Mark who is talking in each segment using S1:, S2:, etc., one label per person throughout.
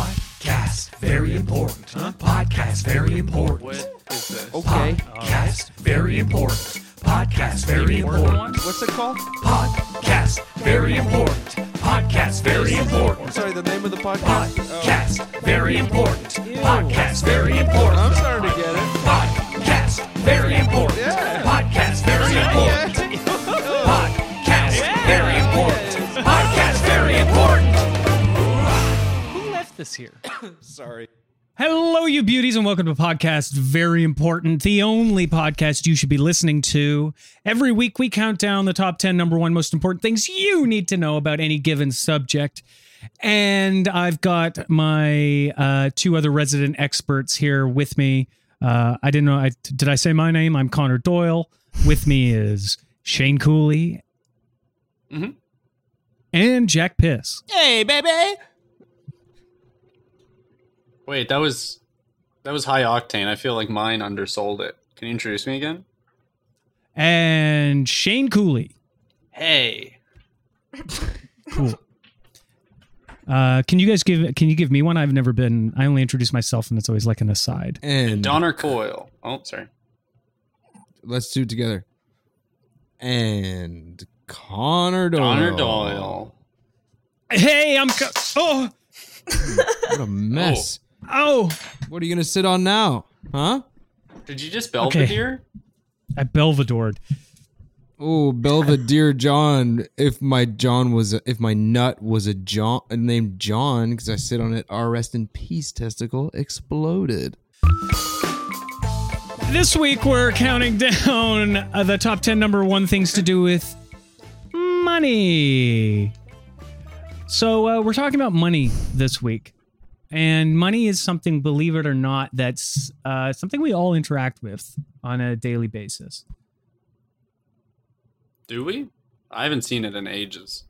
S1: Podcast, very important. Huh? Podcast, very important.
S2: What is this?
S3: Okay.
S1: Podcast, very important. Podcast, very
S2: Important one?
S1: important.
S3: What's it called?
S1: Podcast, very important. Podcast, very
S3: I'm
S1: important.
S3: sorry, the name of the podcast? Oh.
S1: Podcast, very important. Podcast, very important.
S3: I'm starting to get it.
S1: Podcast, very important.
S3: Yeah.
S1: Podcast, very important. Podcast, very important. Podcast, very important.
S2: Who left this here?
S3: Sorry.
S4: Hello, you beauties, and welcome to Podcast Very Important, the only podcast you should be listening to. Every week, we count down the top 10 number one most important things you need to know about any given subject. And I've got my uh, two other resident experts here with me. Uh, I didn't know, I, did I say my name? I'm Connor Doyle. With me is Shane Cooley and Jack Piss.
S3: Hey, baby.
S5: Wait, that was that was high octane. I feel like mine undersold it. Can you introduce me again?
S4: And Shane Cooley.
S5: Hey.
S4: Cool. Uh, can you guys give can you give me one? I've never been I only introduce myself and it's always like an aside.
S3: And
S5: Donner Coil. Oh, sorry.
S3: let's do it together. And Connor
S4: Oh.
S3: Doyle.
S5: Donner Doyle.
S4: Hey, I'm co- oh
S3: What a mess.
S4: oh
S3: What are you going to sit on now? Huh?
S5: Did you just Belvedere?
S4: I belvedored.
S3: Oh, Belvedere John. If my John was, a, if my nut was a John named John, because I sit on it, our rest in peace testicle exploded.
S4: This week we're counting down uh, the top 10 number 1 things to do with money. So uh, we're talking about money this week. And money is something, believe it or not, that's uh, something we all interact with on a daily basis.
S5: Do we? I haven't seen it in ages.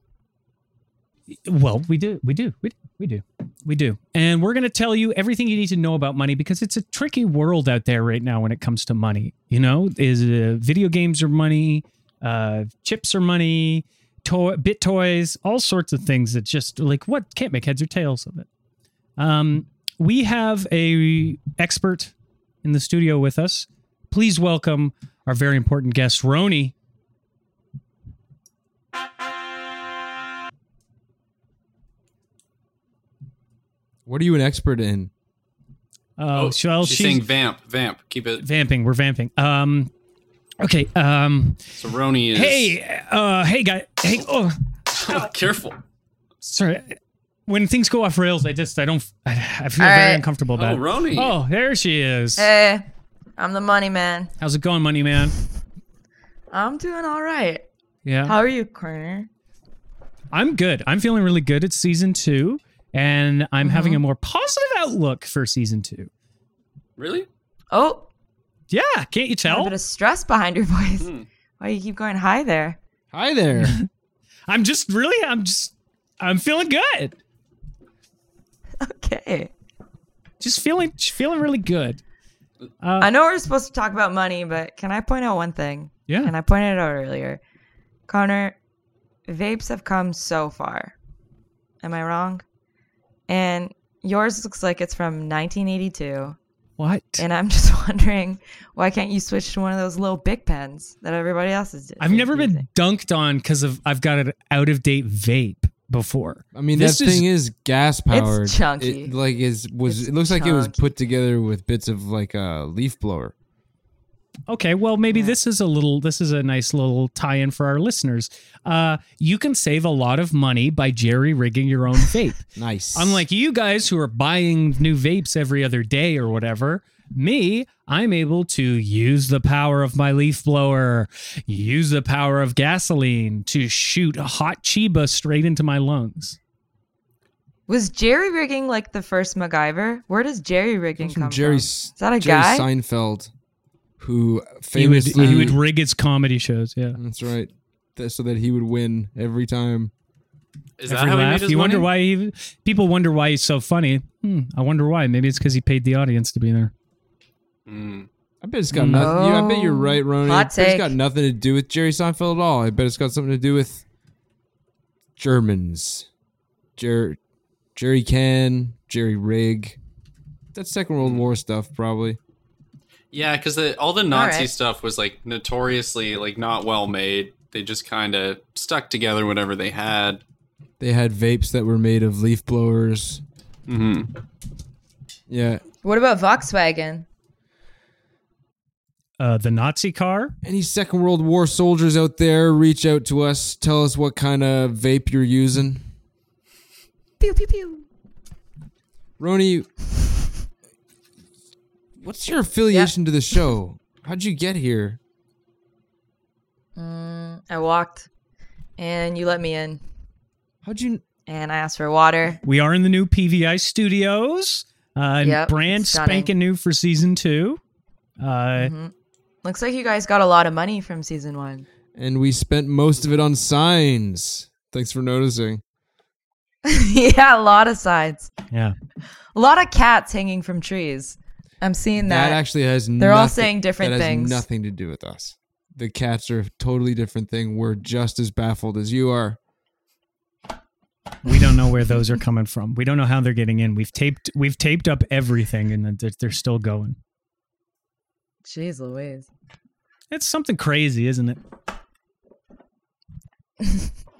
S4: Well, we do, we do, we do, we do, we do, and we're going to tell you everything you need to know about money because it's a tricky world out there right now when it comes to money. You know, is uh, video games are money, uh, chips are money, toy, bit toys, all sorts of things that just like what can't make heads or tails of it. Um, we have a expert in the studio with us. Please welcome our very important guest, Roni.
S3: What are you an expert in?
S4: Uh, shall
S5: Oh, she's
S4: she-
S5: saying vamp, vamp. Keep it.
S4: vamping. We're vamping. Um, okay. Um,
S5: So Roni is.
S4: Hey, uh, hey, guy. Hey, oh,
S5: careful.
S4: sorry. When things go off rails, I just, I don't, I, I feel
S6: All
S4: very
S6: right.
S4: uncomfortable
S5: Oh,
S4: about it.
S5: Roni.
S4: Oh, there she is.
S6: Hey, I'm the money man.
S4: How's it going, money man?
S6: I'm doing all right.
S4: Yeah.
S6: How are you, Corner?
S4: I'm good. I'm feeling really good. It's season two, and I'm
S6: Mm-hmm.
S4: having a more positive outlook for season two.
S5: Really?
S6: Oh,
S4: Yeah. Can't you
S6: got a
S4: tell?
S6: bit of stress behind your voice.
S5: Hmm.
S6: Why do you keep going high there?
S3: Hi there.
S4: I'm just really, I'm just, I'm feeling good.
S6: Okay.
S4: Just feeling, just feeling really good. Uh,
S6: I know we're supposed to talk about money, but can I point out one thing?
S4: Yeah.
S6: And I pointed it out earlier. Connor, vapes have come so far. Am I wrong? And yours looks like it's from 1982.
S4: What?
S6: And I'm just wondering, why can't you switch to one of those little big pens that everybody else is
S4: I've
S6: is
S4: never
S6: using?
S4: been dunked on because of I've got an out of date vape before.
S3: I mean,
S4: This
S3: that thing is gas powered.
S6: chunky.
S3: It, like is was
S6: It's
S3: it looks like it was
S6: chunky.
S3: put together with bits of like a leaf blower.
S4: Okay, well maybe this is a little this is a nice little tie-in for our listeners. Uh, you can save a lot of money by jerry rigging your own vape.
S3: Nice.
S4: Unlike you guys who are buying new vapes every other day or whatever, me, I'm able to use the power of my leaf blower, use the power of gasoline to shoot a hot chiba straight into my lungs.
S6: Was jerry rigging like the first MacGyver? Where does jerry rigging
S3: Comes from
S6: come
S3: Jerry
S6: from?
S3: S-
S6: Is that a
S3: Jerry
S6: guy?
S3: Seinfeld, who
S4: He would
S3: famously
S4: he would rig his comedy shows, yeah.
S3: That's right. Th- so that he would win every time.
S5: Is that
S4: every
S5: how he
S4: laugh.
S5: made
S4: You
S5: his money?
S4: wonder why he, people wonder why he's so funny. Hmm, I wonder why. Maybe it's because he paid the audience to be there.
S5: Mm.
S3: I bet it's got nothing. yeah, I bet you're
S6: Oh.
S3: right, Ronnie.
S6: Hot
S3: I bet It's got
S6: take.
S3: nothing to do with Jerry Seinfeld at all. I bet it's got something to do with Germans. Ger- Jerry Can, Jerry Rig. That's Second World War stuff, probably.
S5: Yeah, because the, all the Nazi
S6: right.
S5: stuff was like notoriously like not well made. They just kind of stuck together whatever they had.
S3: They had vapes that were made of leaf blowers.
S5: hmm
S3: Yeah.
S6: What about Volkswagen?
S4: Uh, the Nazi car.
S3: Any Second World War soldiers out there, reach out to us. Tell us what kind of vape you're using.
S6: Pew pew pew.
S3: Roni, what's your affiliation to the show? How'd you get here?
S6: Mm, I walked, and you let me in,
S3: How'd you.
S6: and I asked for water.
S4: We are in the new PVI studios. Uh, and
S6: Yep,
S4: brand
S6: stunning.
S4: spanking new for season two. Uh,
S6: Looks like you guys got a lot of money from season one.
S3: And we spent most of it on signs. Thanks for noticing.
S6: yeah, a lot of sides.
S4: Yeah.
S6: A lot of cats hanging from trees. I'm seeing
S3: That,
S6: that.
S3: actually has
S6: They're all
S3: nothing-
S6: saying different
S3: that has
S6: things.
S3: nothing to do with us. The cats are a totally different thing. We're just as baffled as you are.
S4: We don't know where those are coming from. We don't know how they're getting in. We've taped we've taped up everything and they're, they're still going.
S6: Jeez Louise.
S4: It's something crazy, isn't it?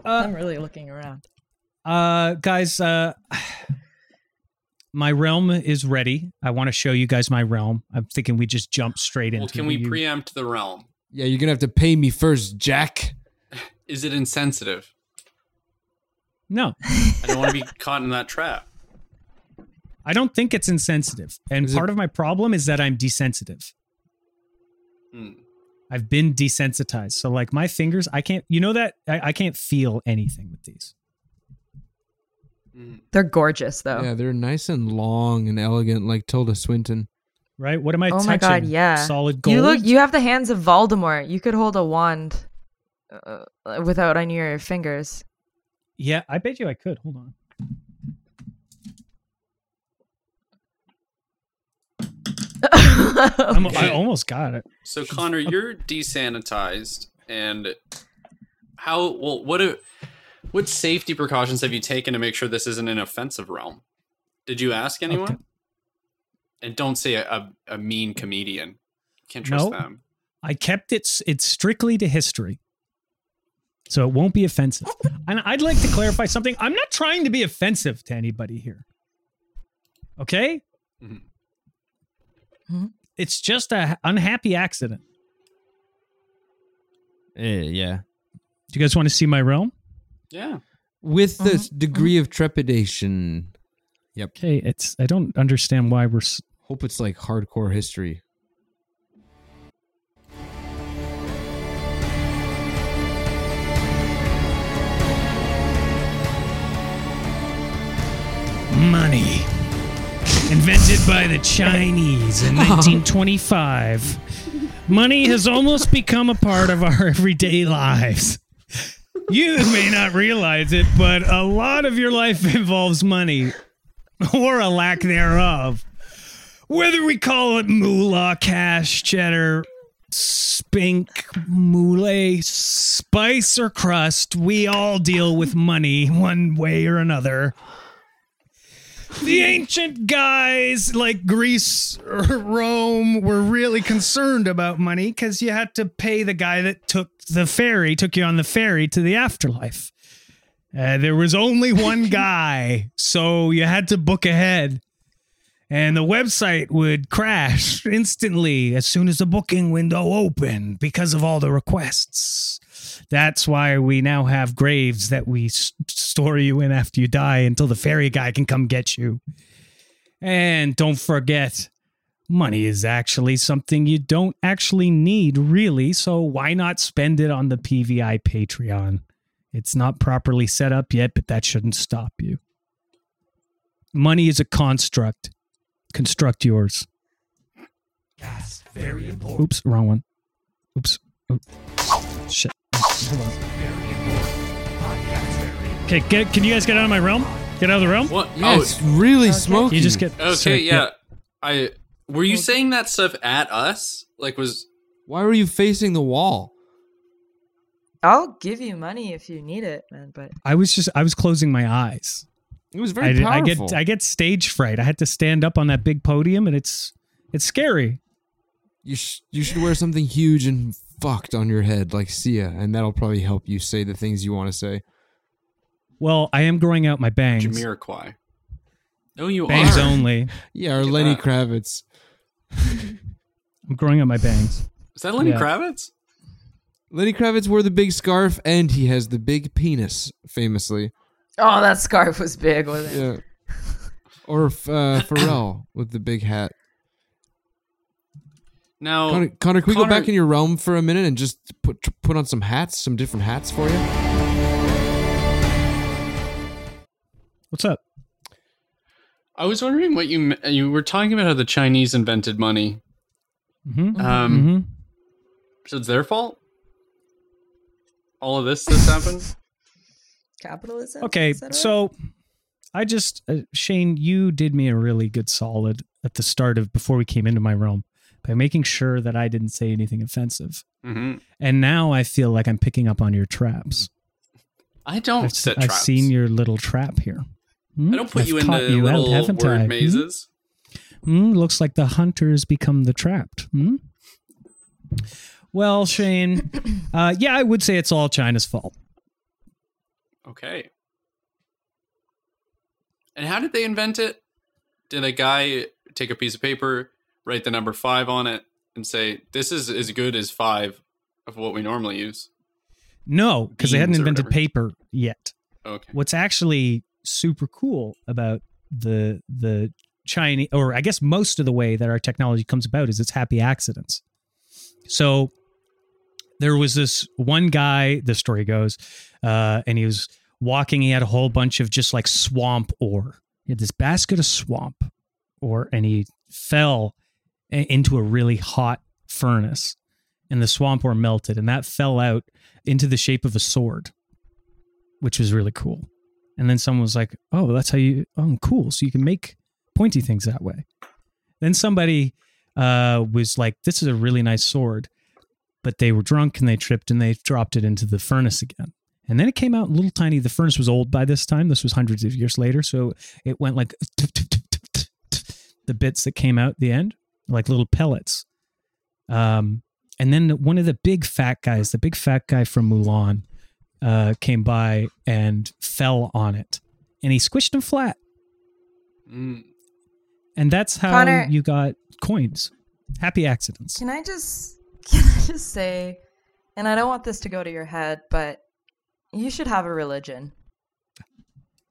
S6: I'm really looking around.
S4: Uh guys, uh my realm is ready. I want to show you guys my realm. I'm thinking we just jump straight into
S5: Well, can
S4: the-
S5: we preempt the realm?
S3: Yeah, you're gonna have to pay me first, Jack.
S5: Is it insensitive?
S4: No.
S5: I don't want to be caught in that trap.
S4: I don't think it's insensitive. And
S3: Is it-
S4: part of my problem is that I'm desensitive.
S5: Hmm.
S4: I've been desensitized. So like my fingers, I can't you know that I, I can't feel anything with these.
S6: They're gorgeous though.
S3: Yeah, they're nice and long and elegant, like Tilda Swinton.
S4: Right? What am I
S6: oh
S4: touching?
S6: my god, yeah.
S4: Solid gold.
S6: You look you have the hands of Voldemort. You could hold a wand uh, without any of your fingers.
S4: Yeah, I bet you I could. Hold on. I'm, I almost got it.
S5: So Connor, you're desanitized, and how? Well, what? a- What safety precautions have you taken to make sure this isn't an offensive realm? Did you ask anyone?
S4: Okay.
S5: And don't say a, a, a mean comedian. Can't trust
S4: No.
S5: them.
S4: I kept it. s- It's strictly to history, so it won't be offensive. And I'd like to clarify something. I'm not trying to be offensive to anybody here. Okay.
S5: Mhm.
S6: Mhm.
S4: It's just a unhappy accident.
S3: Eh, yeah.
S4: Do you guys want to see my realm?
S5: Yeah.
S3: With this degree of trepidation.
S4: Okay. It's. I don't understand why we're. s-
S3: Hope it's like hardcore history.
S4: money. Invented by the Chinese in 1925, money has almost become a part of our everyday lives. You may not realize it, but a lot of your life involves money or a lack thereof. Whether we call it moolah, cash, cheddar, spink, moulet, spice, or crust, we all deal with money one way or another the ancient guys like Greece or Rome were really concerned about money because you had to pay the guy that took the ferry, took you on the ferry to the afterlife. Uh, there was only one guy, so you had to book ahead. And the website would crash instantly as soon as the booking window opened because of all the requests. That's why we now have graves that we s- store you in after you die until the ferry guy can come get you. And don't forget, money is actually something you don't actually need, really. So why not spend it on the PVI Patreon? It's not properly set up yet, but that shouldn't stop you. Money is a construct. Construct yours.
S1: That's very important.
S4: Oops, wrong one. Oops. Oops. Shit. Hold on.
S1: Podcast very important.
S4: Okay, get, can you guys get out of my realm? Get out of the realm?
S5: What?
S3: Yeah,
S5: oh,
S3: it's really smoky.
S4: You just get
S5: Okay,
S4: sick,
S5: yeah. I were you saying that stuff at us? Like was
S3: Why were you facing the wall?
S6: I'll give you money if you need it, man, but
S4: I was just I was closing my eyes.
S3: It was very
S4: I, did- I
S3: powerful.
S4: get I get stage fright. I had to stand up on that big podium, and it's it's scary.
S3: you sh- you should wear something huge and fucked on your head like Sia, and that'll probably help you say the things you want to say.
S4: Well, I am growing out my bangs.
S5: Jamiroquai. No, you
S4: Bangs
S5: are.
S4: only.
S3: Yeah, or Lenny
S5: that.
S3: Kravitz.
S4: I'm growing out my bangs.
S5: Is that Lenny
S4: Yeah.
S5: Kravitz?
S3: Lenny Kravitz wore the big scarf, and he has the big penis, famously.
S6: Oh, that scarf was big, wasn't it?
S3: Yeah. Or f- uh, Pharrell with the big hat.
S5: Now,
S3: Connor, Connor, can we go
S5: Connor-
S3: back in your realm for a minute and just put put on some hats, some different hats for you?
S4: What's up?
S5: I was wondering what you m- you were talking about how the Chinese invented money.
S4: hmm
S5: Um,
S4: hmm
S5: So it's their fault. All of this this happened.
S6: Capitalism.
S4: Okay,
S6: et cetera?
S4: so I just uh, Shane, you did me a really good solid at the start of before we came into my realm by making sure that I didn't say anything offensive.
S5: hmm
S4: And now I feel like I'm picking up on your traps.
S5: I don't
S4: I've,
S5: set
S4: I've
S5: traps.
S4: seen your little trap here. Hmm?
S5: I don't put
S4: I've
S5: you in
S4: caught
S5: the
S4: you out,
S5: little
S4: haven't
S5: word
S4: I? Hmm?
S5: mazes.
S4: Hmm, looks like the hunters become the trapped. Hmm? Well, Shane, uh, yeah, I would say it's all China's fault.
S5: Okay. And how did they invent it? Did a guy take a piece of paper, write the number five on it, and say, "This is as good as five of what we normally use"?
S4: No, because they hadn't
S5: Beans or
S4: invented
S5: whatever.
S4: paper yet.
S5: Okay.
S4: What's actually super cool about the the Chinese, or I guess most of the way that our technology comes about is it's happy accidents. So there was this one guy. The story goes, uh, and he was walking. He had a whole bunch of just like swamp ore. He had this basket of swamp ore, and he fell i- into a really hot furnace, and the swamp ore melted, and that fell out into the shape of a sword, which was really cool. And then someone was like, "Oh, that's how you. Oh, cool. So you can make pointy things that way." Then somebody uh, was like, "This is a really nice sword," but they were drunk and they tripped and they dropped it into the furnace again. And then it came out little tiny. The furnace was old by this time. This was hundreds of years later, so it went like the bits that came out the end, like little pellets. Um, and then one of the big fat guys, the big fat guy from Mulan, uh, came by and fell on it, and he squished him flat.
S5: Mm.
S4: And that's how
S6: Connor-
S4: you got coins. Happy accidents.
S6: Can I just can I just say, and I don't want this to go to your head, but you should have a religion.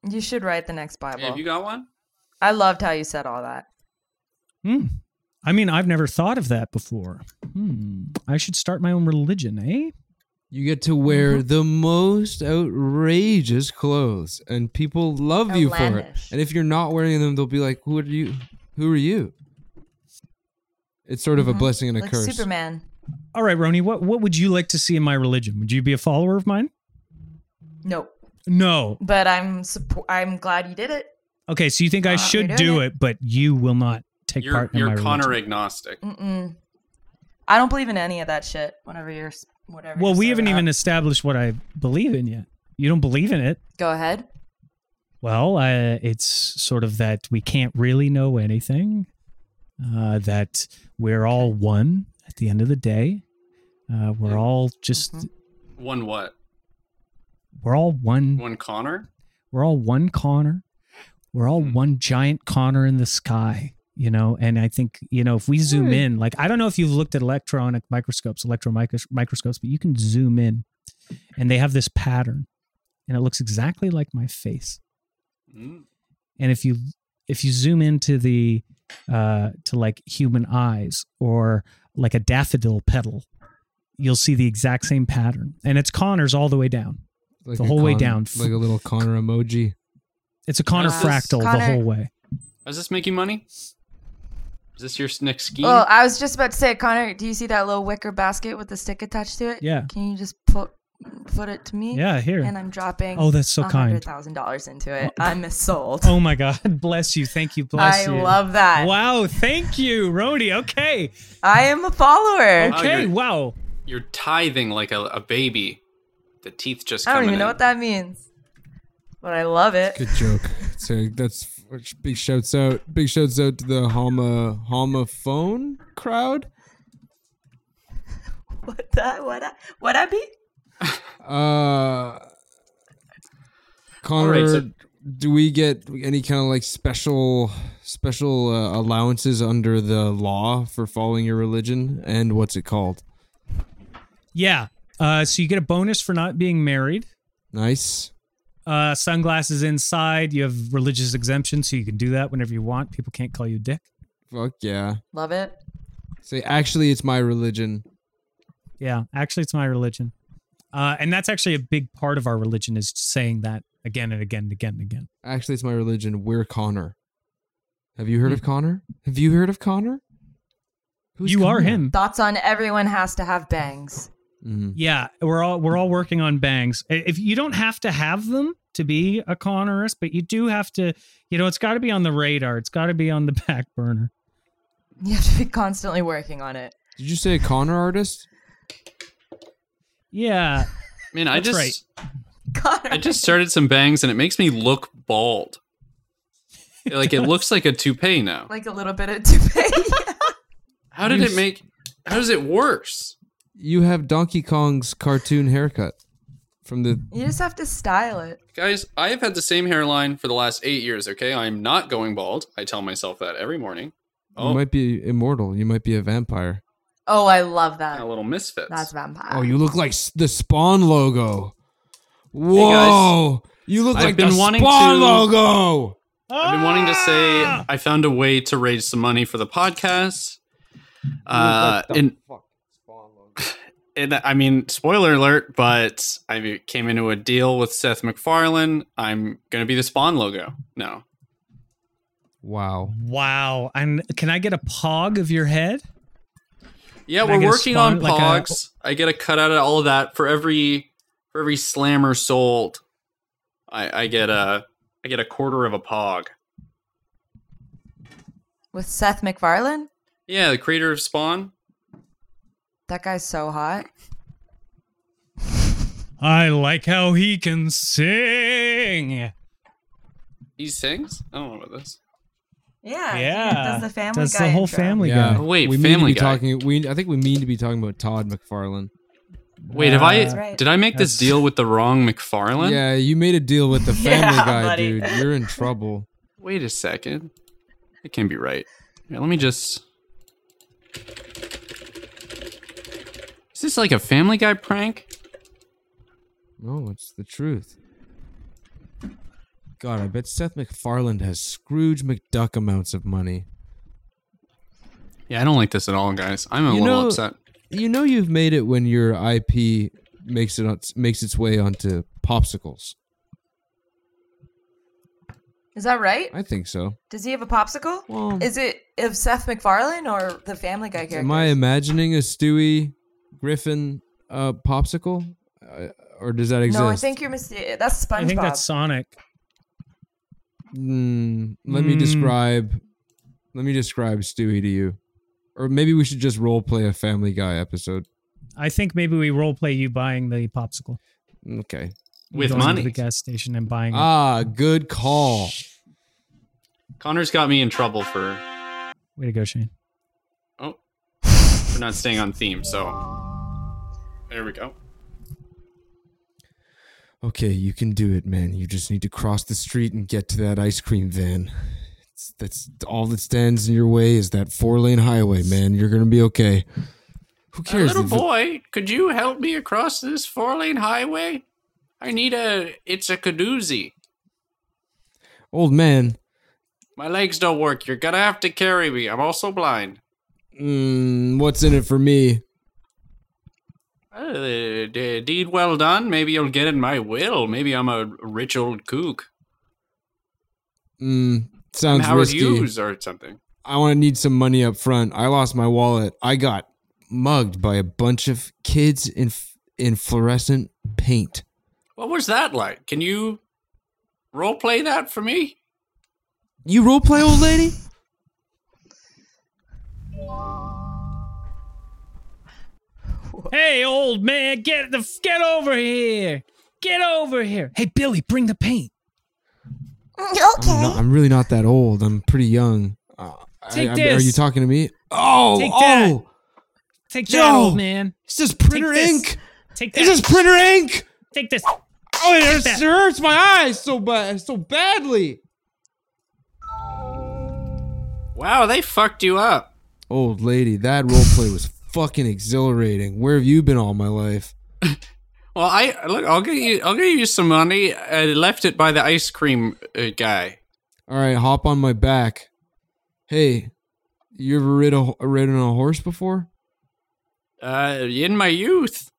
S6: You should write the next
S5: Hey,
S6: Bible.
S5: have you got one?
S6: I loved how you said all that.
S4: Hmm. I mean, I've never thought of that before. Hmm. I should start my own religion, eh?
S3: You get to wear the most outrageous clothes, and people love you for it.
S6: Outlandish.
S3: And if you're not wearing them, they'll be like, "Who are you? Who are you?" It's sort of a blessing and a
S6: Mm-hmm. Like
S3: curse.
S6: Superman.
S4: All right, Roni, what, what would you like to see in my religion? Would you be a follower of mine?
S6: No,
S4: No.
S6: but I'm suppo- I'm glad you did it.
S4: Okay, so you think I
S6: Uh,
S4: should
S6: you're doing
S4: do
S6: it.
S4: it, but you will not take
S5: You're
S4: part in
S5: you're
S4: my
S5: Connor
S4: religion.
S5: agnostic.
S6: Mm-mm. I don't believe in any of that shit. Whenever you're s- whatever.
S4: Well,
S6: you're
S4: we haven't
S5: Uh,
S6: serving
S4: even
S6: up.
S4: established what I believe in yet. You don't believe in it.
S6: go ahead.
S4: Well, uh, it's sort of that we can't really know anything, uh, that we're all one at the end of the day. Uh, we're all just,
S5: Mm-hmm. One what?
S4: we're all one,
S5: One Connor?
S4: we're all one Connor. We're all one giant Connor in the sky, you know? And I think, you know, if we zoom in, like, I don't know if you've looked at electronic microscopes, electron micros- microscopes, but you can zoom in and they have this pattern and it looks exactly like my face.
S5: Mm.
S4: and if you if you zoom into the uh to like human eyes or like a daffodil petal you'll see the exact same pattern and it's connors all the way down
S3: Like
S4: the
S3: a
S4: whole way
S3: con-
S4: down.
S3: like a little Connor emoji.
S4: it's a connor
S5: Nice.
S4: fractal the
S6: Connor-
S4: whole way
S5: Is this making money? Is this your next scheme?
S6: Oh, I was just about to say, Connor. Do you see that little wicker basket with the stick attached to it?
S4: Yeah.
S6: Can you just put put it to me?
S4: yeah here
S6: And I'm dropping.
S4: oh that's so kind
S6: hundred thousand dollars into it. I'm sold.
S4: oh my god bless you thank you
S6: I
S4: bless you
S6: love that.
S4: wow thank you rody okay
S6: I am a follower.
S5: Wow,
S4: okay
S5: you're-
S4: wow
S5: You're tithing like a, a baby. The teeth just
S6: I don't
S5: coming
S6: even know
S5: in.
S6: what that means, but I love it.
S3: Good joke. So that's big shouts out. Big shouts out to the Hama Hama phone crowd.
S6: What that? What? I, what I be?
S3: Uh, Connor,
S5: All right, so-
S3: do we get any kind of like special special uh, allowances under the law for following your religion? And what's it called?
S4: Yeah. Uh, so you get a bonus for not being married.
S3: Nice.
S4: Uh, sunglasses inside. You have religious exemption, so you can do that whenever you want. People can't call you a dick.
S3: Fuck yeah.
S6: Love it.
S3: Say actually, it's my religion.
S4: Yeah, actually, it's my religion, uh, and that's actually a big part of our religion is saying that again and again and again and again.
S3: Actually, it's my religion. We're Connor. Have you heard of Connor? Have you heard of Connor? Who's
S4: you are
S3: Connor?
S4: him.
S6: Thoughts on everyone has to have bangs.
S3: Mhm.
S4: Yeah, we're all we're all working on bangs. I- If you don't have to have them to be a connerist, but you do have to, you know, it's got to be on the radar. It's got to be on the back burner.
S6: You have to be constantly working on it.
S3: Did you say a Connor artist?
S4: Yeah,
S5: I mean, I
S4: That's
S5: just
S6: Connor,
S5: I just started some bangs and it makes me look bald. like it looks like a toupee now.
S6: like a little bit of toupee.
S5: how did it make? How does it worse?
S3: You have Donkey Kong's cartoon haircut from the
S6: you just have to style it.
S5: Guys, I have had the same hairline for the last eight years. Okay, I am not going bald. I tell myself that every morning.
S3: You
S5: Oh,
S3: might be immortal. You might be a vampire.
S6: Oh, I love that.
S5: a little misfits.
S6: That's vampire.
S3: Oh, you look like s- the Spawn logo.
S5: guys.
S3: Whoa! you look
S5: I've
S3: like
S5: been
S3: the
S5: wanting
S3: Spawn
S5: to-
S3: logo.
S5: I've been wanting to say
S4: Ah!
S5: I found a way to raise some money for the podcast. Uh, and and I mean, spoiler alert, but I came into a deal with Seth MacFarlane. I'm gonna be the Spawn logo. No,
S3: Wow.
S4: wow. Oh And can I get a pog of your head?
S5: yeah,
S4: Can I
S5: we're
S4: get a
S5: working
S4: Spawn-
S5: on
S4: like a-
S5: pogs. I get a cut out of all of that for every for every slammer sold. I, I get a I get a quarter of a pog.
S6: With Seth MacFarlane?
S5: Yeah, the creator of Spawn.
S6: That guy's so hot.
S4: I like how he can sing.
S5: He sings. I don't know about this.
S6: Yeah. he
S4: Yeah,
S6: Does the family
S4: That's
S6: guy
S4: the whole
S6: intro.
S4: family
S3: Yeah.
S4: guy.
S5: Oh, wait,
S3: we
S5: Family
S3: mean to be
S5: Guy.
S3: talking. We I think we mean to be talking about Todd McFarlane.
S5: Wait, have
S4: That's
S5: I
S6: right.
S5: did I make
S4: That's-
S5: this deal with the wrong McFarlane?
S3: Yeah, you made a deal with the Family
S6: Yeah,
S3: Guy,
S6: buddy.
S3: dude. You're in trouble.
S5: Wait a second. It can't be right. Here, let me just. Is this like a Family Guy prank?
S3: No, it's the truth. God, I bet Seth MacFarlane has Scrooge McDuck amounts of money.
S5: Yeah, I don't like this at all, guys. I'm a
S3: You
S5: little
S3: know-
S5: upset.
S3: You know you've made it when your IP makes it on, makes its way onto popsicles.
S6: Is that right?
S3: I think so.
S6: Does he have a popsicle?
S3: Well-
S6: Is it of Seth MacFarlane or the Family Guy character?
S3: Am I imagining a Stewie Griffin uh, popsicle, uh, or does that exist?
S6: No, I think you're mistaken. That's SpongeBob.
S4: I think that's Sonic.
S3: Mm, let me
S4: Mm.
S3: describe. Let me describe Stewie to you, or maybe we should just role play a Family Guy episode.
S4: I think maybe we role play you buying the popsicle
S3: Okay.
S4: You
S5: With
S4: going to
S5: money.
S4: the gas station and buying. it.
S3: Ah, good call.
S5: Connor's got me in trouble for, oh,
S4: Way to go, Shane.
S5: for not staying on theme, so. There we go.
S3: Okay, you can do it, man. You just need to cross the street and get to that ice cream van. It's, that's all that stands in your way is that four lane highway, man. You're gonna be okay. Who
S5: Uh,
S3: cares?
S5: little
S3: The-
S5: boy, could you help me across this four lane highway? I need a. It's a kadoozy.
S3: Old man.
S5: My legs don't work. You're gonna have to carry me. I'm also blind.
S3: Mm, what's in it for me?
S5: Uh, d- deed well done. Maybe you'll get in my will. Maybe I'm a rich old kook.
S3: Mm,
S5: I'm
S3: sounds
S5: Howard
S3: risky.
S5: Hughes or something.
S3: I want to need some money up front. I lost my wallet. I got mugged by a bunch of kids in f- in fluorescent paint.
S5: What was that like? Can you role play that for me?
S3: You role play, old lady?
S4: Hey, old man, get the get over here. Get over here. Hey, Billy, bring the paint.
S3: I'm, not- I'm really not that old. I'm pretty young. Uh, I-
S4: Take
S3: I- Are
S4: this.
S3: you talking to me? Oh,
S4: Take
S3: oh,
S4: that. Take that,
S3: Yo.
S4: old man.
S3: it's just printer
S4: this.
S3: ink.
S4: Take
S3: It's
S4: this.
S3: just printer ink.
S4: Take this.
S3: Oh,
S4: Take
S3: it
S4: that.
S3: hurts, it hurts my eyes so bad, so badly.
S5: Wow, they fucked you up.
S3: Old lady, that roleplay was fucking exhilarating. Where have you been all my life?
S5: Well, I look. I'll give you. I'll give you some money. I left it by the ice cream uh, guy.
S3: All right, hop on my back. Hey, you ever rid a, ridden a horse before?
S5: Uh, in my youth,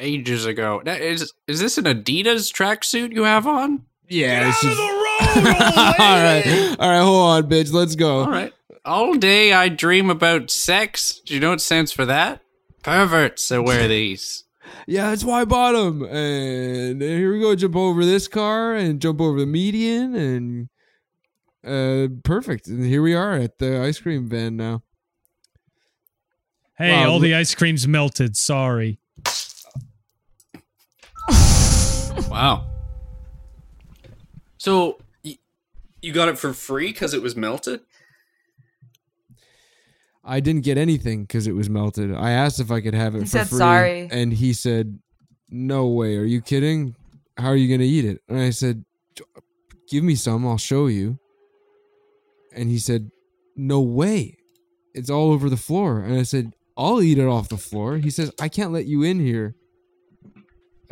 S5: ages ago. That is is this an Adidas tracksuit you have on?
S3: Yeah. it's just- all right, all right, hold on, bitch. Let's go.
S5: All right. All day I dream about sex. Do you know what stands for that? Perverts that wear these.
S3: Yeah, that's why I bought them. And here we go. Jump over this car and jump over the median and uh perfect. And here we are at the ice cream van now.
S4: Hey,
S3: Wow,
S4: all
S3: look-
S4: the ice cream's melted. Sorry.
S5: Wow. So y- you got it for free because it was melted?
S3: I didn't get anything because it was melted. I asked if I could have it
S6: He
S3: for
S6: said
S3: free,
S6: sorry.
S3: and he said, "No way. Are you kidding? How are you gonna eat it?" And I said, "Give me some. I'll show you." And he said, "No way. It's all over the floor." And I said, "I'll eat it off the floor." He says, "I can't let you in here."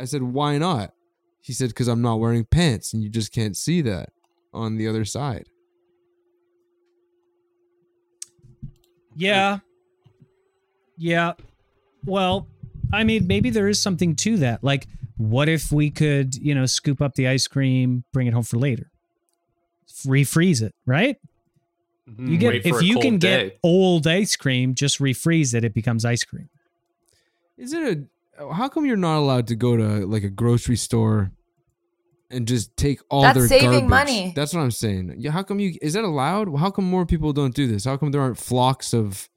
S3: I said, "Why not?" He said, "Because I'm not wearing pants, and you just can't see that on the other side."
S4: Yeah. Yeah. Well, I mean, maybe there is something to that. Like, what if we could, you know, scoop up the ice cream, bring it home for later, refreeze it, right? You get
S5: Mm-hmm. Mm, Wait for
S4: if
S5: a
S4: you
S5: cold
S4: can
S5: day.
S4: get old ice cream, just refreeze it; it becomes ice cream.
S3: Is it a? How come you're not allowed to go to like a grocery store and just take all
S6: That's
S3: their
S6: saving
S3: garbage?
S6: money.
S3: That's what I'm saying. Yeah, how come you? Is that allowed? How come more people don't do this? How come there aren't flocks of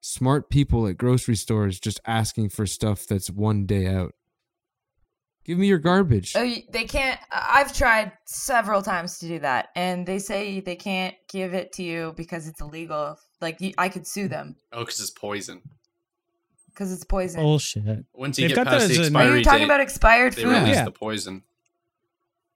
S3: smart people at grocery stores just asking for stuff that's one day out? Give me your garbage.
S6: Oh, you- they can't. I- I've tried several times to do that, and they say they can't give it to you because it's illegal. Like you, I could sue them
S5: Oh, because it's poison.
S6: because it's poison.
S4: Bullshit.
S5: Once you
S4: They've
S5: get
S4: got that
S5: past the
S4: as an-
S6: Are
S5: expiry
S6: you talking
S5: date,
S6: about expired
S5: they
S6: food?
S5: release
S4: Yeah.
S5: the poison.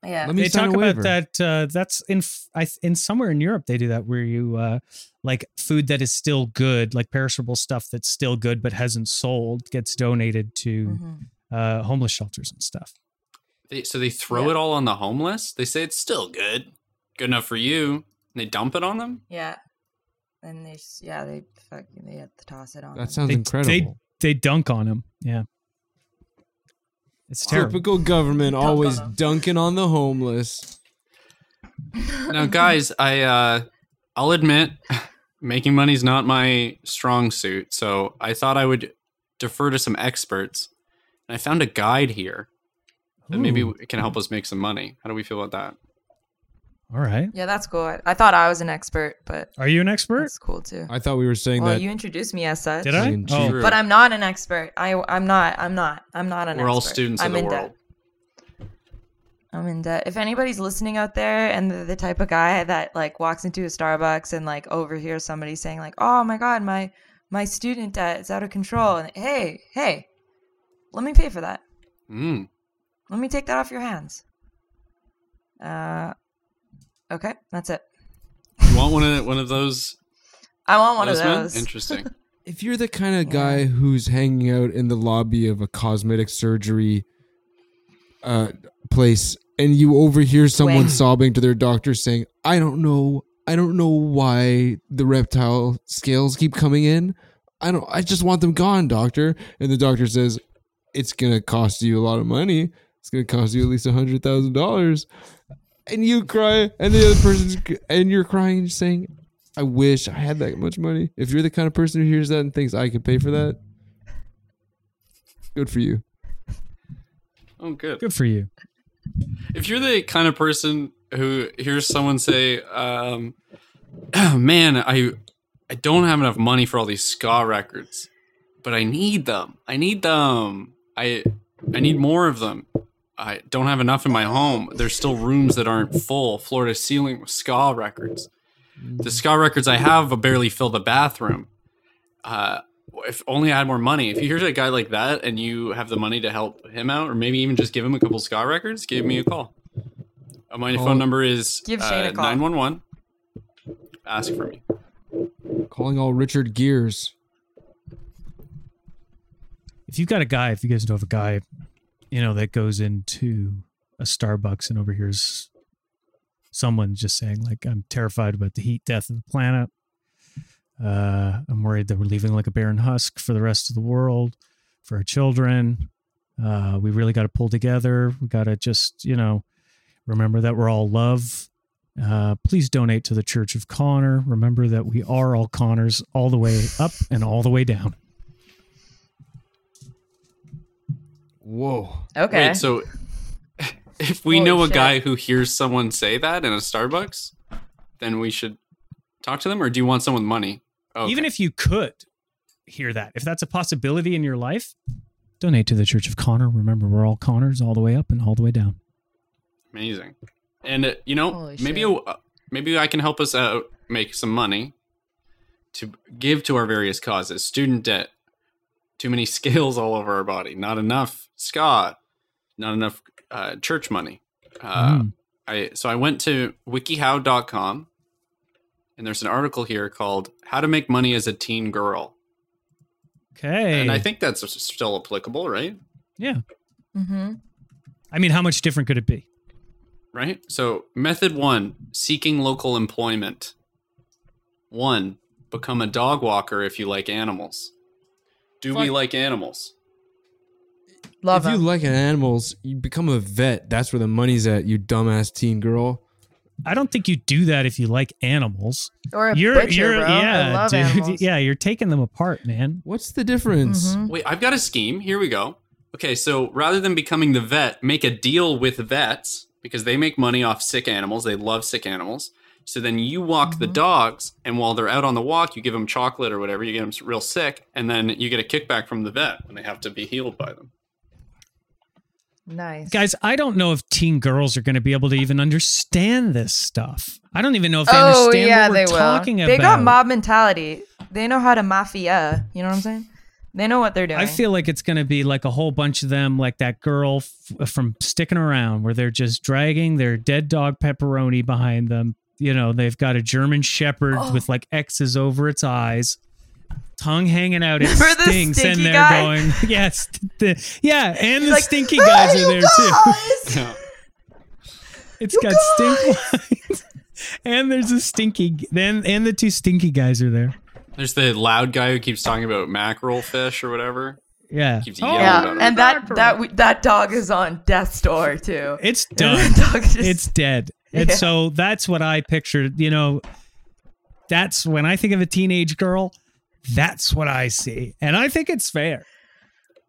S6: Yeah.
S3: Let me
S4: they
S3: sign
S4: talk
S3: a
S4: about
S3: waiver.
S4: that. Uh, that's in f- I, th- in somewhere in Europe they do that where you uh, like food that is still good, like perishable stuff that's still good but hasn't sold, gets donated to
S6: Mhm.
S4: uh, homeless shelters and stuff.
S5: They, so they throw
S6: Yeah.
S5: it all on the homeless. They say it's still good, good enough for you. And they dump it on them.
S6: Yeah. And they, s- yeah, they fucking they have to toss it on.
S3: That
S6: them.
S3: sounds
S4: They-
S3: incredible.
S4: They dunk on him. Yeah, it's terrible.
S3: Typical government
S6: Dump
S3: always
S6: on 'em.
S3: dunking on the homeless.
S5: Now, guys, I uh, I'll admit, making money's not my strong suit. So I thought I would defer to some experts, and I found a guide here that maybe
S4: Ooh.
S5: can help us make some money. How do we feel about
S4: All right.
S6: yeah, that's cool. I, I thought I was an expert, but
S4: Are you an expert?
S6: that's cool too.
S3: I thought we were saying
S6: Well,
S3: that.
S6: you introduced me as such.
S4: Did I?
S3: Fucking
S5: that?
S4: Oh,
S5: True.
S6: But I'm not an expert. I, I'm not. I'm not. I'm not an
S5: We're
S6: expert.
S5: all students
S6: I'm
S5: of
S6: in
S5: the
S6: debt.
S5: world.
S6: I'm in debt. If anybody's listening out there and they're the type of guy that like walks into a Starbucks and like overhears somebody saying like, "Oh my god, my my student debt is out of control." And hey, hey. Let me pay for that.
S5: Mm.
S6: Let me take that off your hands. Uh Okay, that's it.
S5: You want one of one of those?
S6: I want one of
S5: men?
S6: those.
S5: Interesting.
S3: if you're the kind of
S6: Yeah.
S3: guy who's hanging out in the lobby of a cosmetic surgery uh, place and you overhear someone
S6: When-
S3: sobbing to their doctor saying, I don't know, I don't know why the reptile scales keep coming in. I don't, I just want them gone, doctor. And the doctor says, It's gonna cost you a lot of money. It's gonna cost you at least a hundred thousand dollars. And you cry, and the other person's, and you're crying, and saying, I wish I had that much money. If you're the kind of person who hears that and thinks I could pay for that, good for you.
S5: Oh, good.
S4: good for you.
S5: If you're the kind of person who hears someone say, um, "Man, I I don't have enough money for all these ska records, but I need them. I need them. I I need more of them." I don't have enough in my home. There's still rooms that aren't full, floor to ceiling with ska records. The ska records I have barely fill the bathroom. Uh, if only I had more money. If you hear a guy like that and you have the money to help him out, or maybe even just give him a couple ska records, give me a call. Uh, My
S3: Call-
S5: phone number is
S6: Give Shane a call.
S5: Uh, nine one one. Ask for me.
S3: Calling all Richard Gears.
S4: if you've got a guy, if you guys know of a guy, you know, that goes into a Starbucks and overhears someone just saying, like, I'm terrified about the heat death of the planet. Uh, I'm worried that we're leaving like a barren husk for the rest of the world, for our children. Uh, we really got to pull together. We got to just, you know, remember that we're all love. Uh, please donate to the Church of Connor. Remember that we are all Connors all the way up and all the way down.
S3: Whoa.
S6: Okay.
S5: Wait, so if we
S6: Holy
S5: know a
S6: shit.
S5: guy who hears someone say that in a Starbucks, then we should talk to them, or do you want someone with money? Oh,
S4: even if you could hear that if that's a possibility in your life donate to the church of connor remember we're all connors all the way up and all the way down
S5: amazing. And uh, you know,
S6: Holy
S5: maybe
S6: shit.
S5: uh, maybe I can help us out make some money to give to our various causes. Student debt, too many scales all over our body, not enough ska, not enough uh, church money. Uh,
S4: Mm.
S5: I so I went to wikihow.com and there's an article here called How to Make Money as a Teen Girl.
S4: okay
S5: And I think that's still applicable, right?
S4: yeah
S6: mm-hmm.
S4: i mean how much different could it be
S5: Right? So, method 1, seeking local employment. 1, become a dog walker if you like animals. Do we
S6: Fuck.
S5: like animals?
S6: Love
S3: if you
S6: him.
S3: like animals, you become a vet. That's where the money's at, you dumbass teen girl.
S4: i don't think you do that if you like animals
S6: or a
S4: you're
S6: butcher,
S4: you're
S6: bro.
S4: yeah
S6: I love
S4: dude
S6: animals.
S4: yeah you're taking them apart man
S3: What's the difference?
S6: Mhm.
S5: Wait, I've got a scheme. Here we go. Okay, so rather than becoming the vet, make a deal with vets because they make money off sick animals. They love sick animals. So then you walk the dogs, and while they're out on the walk, you give them chocolate or whatever. You get them real sick, and then you get a kickback from the vet when they have to be healed by them.
S6: Nice.
S4: guys i don't know if teen girls are going to be able to even understand this stuff i don't even know if they
S6: oh
S4: understand
S6: yeah,
S4: what
S6: they
S4: we're
S6: will.
S4: talking about
S6: They got mob mentality. They know how to mafia. You know what I'm saying? They know what they're doing.
S4: I feel like it's going to be like a whole bunch of them, like that girl f- from Sticking Around, where they're just dragging their dead dog pepperoni behind them. You know, they've got a German Shepherd
S6: Oh.
S4: with like X's over its eyes, tongue hanging out. It
S6: Remember the
S4: stinks, and
S6: stinky
S4: they're
S6: guy?
S4: going, yes, the, yeah, and the
S6: Like,
S4: stinky
S6: "Ah,
S4: guys
S6: you
S4: are there too.
S6: guys!"
S5: Yeah.
S4: It's got stink lines, and there's a stinky. Then and the two stinky guys are there.
S5: There's the loud guy who keeps talking about mackerel fish or whatever.
S4: Yeah,
S5: Keeps yelling about
S6: Oh, Yeah,
S5: it.
S6: and that that that dog is on death's door too.
S4: it's done.
S6: That dog just-
S4: it's dead. And
S6: Yeah.
S4: so that's what I pictured. You know, that's when I think of a teenage girl, that's what I see. And I think it's fair.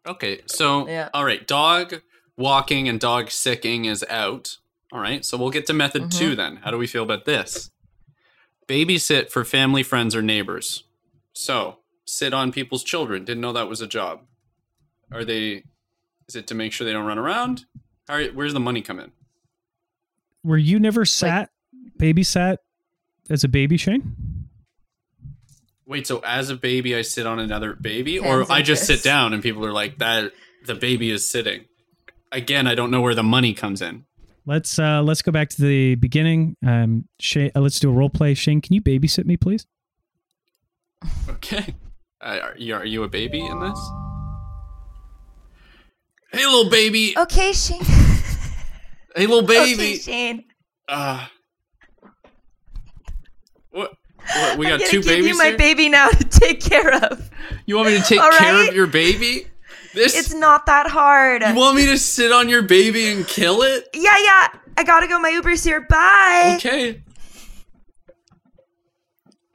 S5: Okay, so
S6: Yeah.
S5: all right, dog walking and dog sicking is out. All right, so we'll get to method two
S6: Mm-hmm.
S5: then. How do we feel about this? Babysit for family, friends, or neighbors. So sit on people's children. Didn't know that was a job. Are they? Is it to make sure they don't run around? All right, where's the money come in?
S4: Were you never sat, babysat as a baby, Shane?
S5: Wait, so as a baby, I sit on another baby,
S6: Hands
S5: or I
S6: and
S5: just
S6: fists.
S5: sit down and people are like, "That the baby is sitting." Again, I don't know where the money comes in.
S4: Let's uh let's go back to the beginning. Um Shane, uh, let's do a role play. Shane, can you babysit me, please?
S5: Okay. Uh, are, you, are you a baby in this? Hey, little baby.
S6: okay, Shane.
S5: Hey, little
S6: Oh, Okay,
S5: baby.
S6: Shane.
S5: Uh, what? what? We
S6: I'm
S5: got
S6: gonna
S5: two
S6: give
S5: babies.
S6: you my
S5: here?
S6: baby now to take care of.
S5: You want me to take
S6: All
S5: care
S6: right.
S5: of your baby? This.
S6: It's not that hard.
S5: you want me to sit on your baby and kill it?
S6: yeah, yeah. I gotta go. My Uber's here. Bye.
S5: Okay.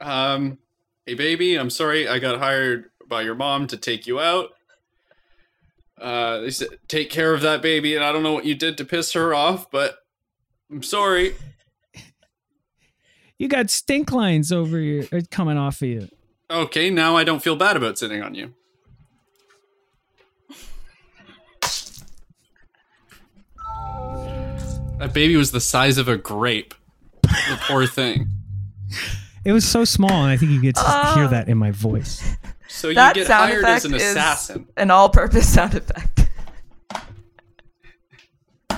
S5: Um, hey baby, I'm sorry I got hired by your mom to take you out. Uh, they said take care of that baby, and I don't know what you did to piss her off, but I'm sorry.
S4: You got stink lines over your uh, coming off of you.
S5: Okay, now I don't feel bad about sitting on you. That baby was the size of a grape. The poor thing.
S4: It was so small, and I think you get to hear that in my voice.
S5: So you
S6: That
S5: get
S6: sound
S5: hired
S6: effect
S5: as an
S6: is
S5: assassin.
S6: an all-purpose sound effect.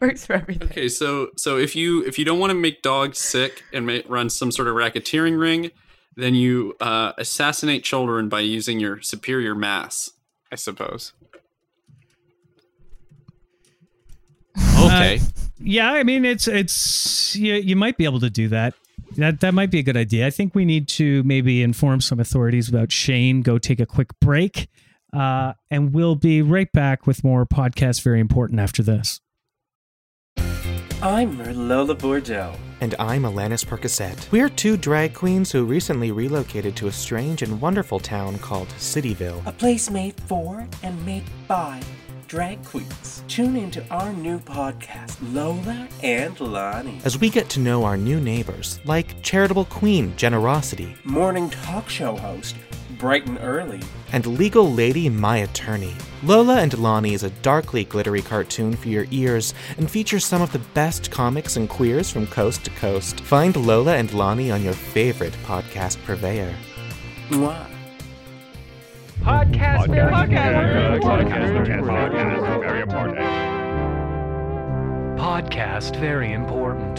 S6: Works for everything.
S5: Okay, so so if you if you don't want to make dogs sick and ma- run some sort of racketeering ring, then you uh, assassinate children by using your superior mass, I suppose.
S4: Okay. Yeah, I mean it's it's you, you might be able to do that. That that might be a good idea. I think we need to maybe inform some authorities about Shane. Go take a quick break, uh, and we'll be right back with more podcasts. Very important after this.
S7: I'm Lola Bordeaux.
S8: And I'm Alanis Percocet. We're two drag queens who recently relocated to a strange and wonderful town called Cityville.
S7: A place made for and made by drag queens. Tune into our new podcast, Lola and Lonnie.
S8: As we get to know our new neighbors, like charitable queen Generosity
S7: Morning talk show host, bright and early.
S8: and legal lady My Attorney. Lola and Lonnie is a darkly glittery cartoon for your ears and features some of the best comics and queers from coast to coast. Find Lola and Lonnie on your favorite podcast purveyor.
S7: Mwah.
S2: Podcast very important.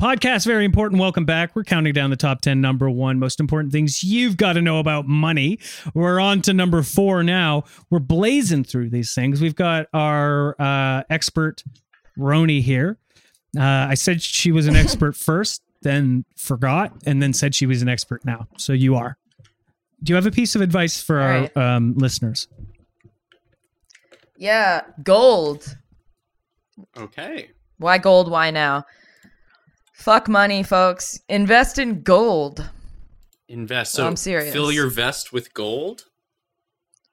S4: Podcast very important. Welcome back. We're counting down the top 10 number 1 most important things you've got to know about money. We're on to number 4 now. We're blazing through these things. We've got our uh expert Roni here. Uh I said she was an expert first, then forgot and then said she was an expert now. So you are. Do you have a piece of advice for our
S6: All right.
S4: um, listeners?
S6: Yeah, gold.
S5: Okay.
S6: Why gold? Why now? Fuck money, folks. Invest in gold.
S5: Invest. So
S6: Well, I'm serious.
S5: Fill your vest with gold.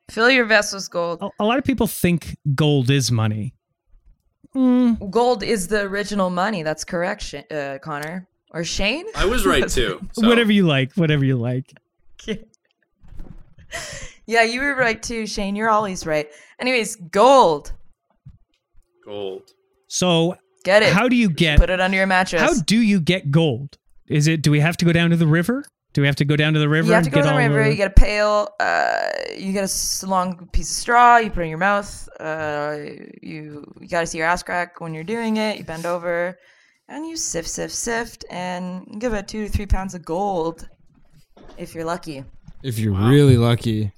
S6: Fill your vest with gold.
S4: A, a lot of people think gold is money. Mm,
S6: Gold is the original money. That's correct, Sh- uh, Connor or Shane.
S5: I was right too. So.
S4: Whatever you like, whatever you like.
S6: yeah, you were right too, Shane. You're always right. Anyways, gold.
S5: gold.
S4: So
S6: Get it.
S4: How do you get
S6: Put it under your mattress.
S4: How do you get gold? Is it do we have to go down to the river? Do we have to go down to the river?
S6: you have to
S4: and
S6: go
S4: get
S6: to the
S4: all
S6: river. You get a pail. Uh, you get a s- long piece of straw. You put it in your mouth. Uh, you you got to see your ass crack when you're doing it. You bend over, and you sift, sift, sift, and give it two to three pounds of gold, if you're lucky.
S3: If you're really lucky.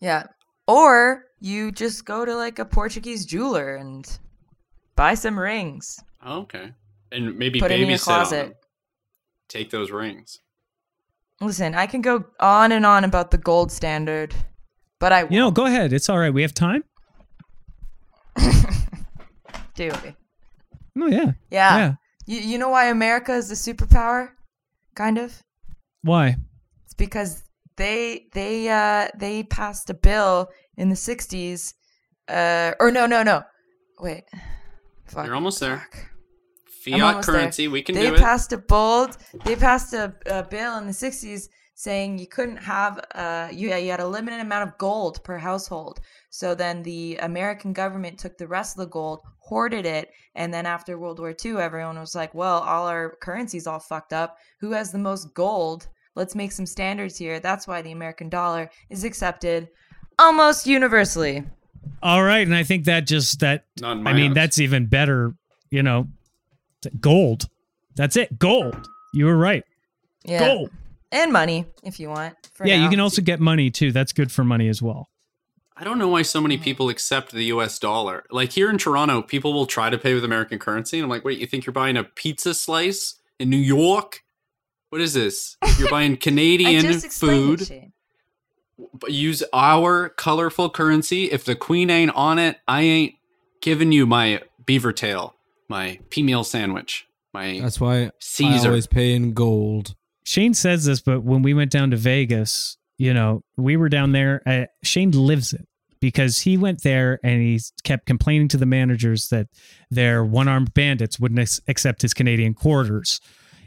S6: Yeah. Or you just go to like a Portuguese jeweler and buy some rings.
S5: Oh, okay. And maybe
S6: Put it in your
S5: babysit on
S6: closet.
S5: them. Take those rings.
S6: Listen, I can go on and on about the gold standard, but I
S4: you know, go ahead. It's all right. We have time.
S6: do.
S4: Oh yeah.
S6: Yeah.
S4: Yeah.
S6: You, you know why America is a superpower? Kind of.
S4: Why?
S6: It's because they they uh they passed a bill in the 60s uh or no no no. Wait. Fuck.
S5: You're almost there.
S6: Fuck. I'm
S5: Fiat
S6: almost there.
S5: currency. We can
S6: they
S5: do it.
S6: passed a bold. They passed a, a bill in the '60s saying you couldn't have. Uh, you you had a limited amount of gold per household. So then the American government took the rest of the gold, hoarded it, and then after World War II, everyone was like, "Well, all our currency's all fucked up. Who has the most gold? Let's make some standards here." That's why the American dollar is accepted almost universally.
S4: All right. And I think that just that
S5: Not in my
S4: I mean,
S5: house.
S4: that's even better, you know. t- Gold. That's it. Gold. You were right.
S6: Yeah,
S4: Gold.
S6: and money if you want. for
S4: Yeah, you
S6: now.
S4: can also get money too. That's good for money as well.
S5: I don't know why so
S6: Mm-hmm.
S5: many people accept the US dollar. Like here in Toronto, people will try to pay with American currency. And I'm like, wait, you think you're buying a pizza slice in New York? What is this? You're buying
S6: I
S5: Canadian
S6: just explained it,
S5: food.
S6: Shane.
S5: But use our colorful currency. If the queen ain't on it, I ain't giving you my beaver tail, my pea meal sandwich, my
S3: That's why I
S5: Caesar.
S3: always pay in gold.
S4: Shane says this, but when we went down to Vegas, you know, we were down there. Uh, Shane lives it because he went there and he kept complaining to the managers that their one armed bandits wouldn't ex- accept his Canadian quarters.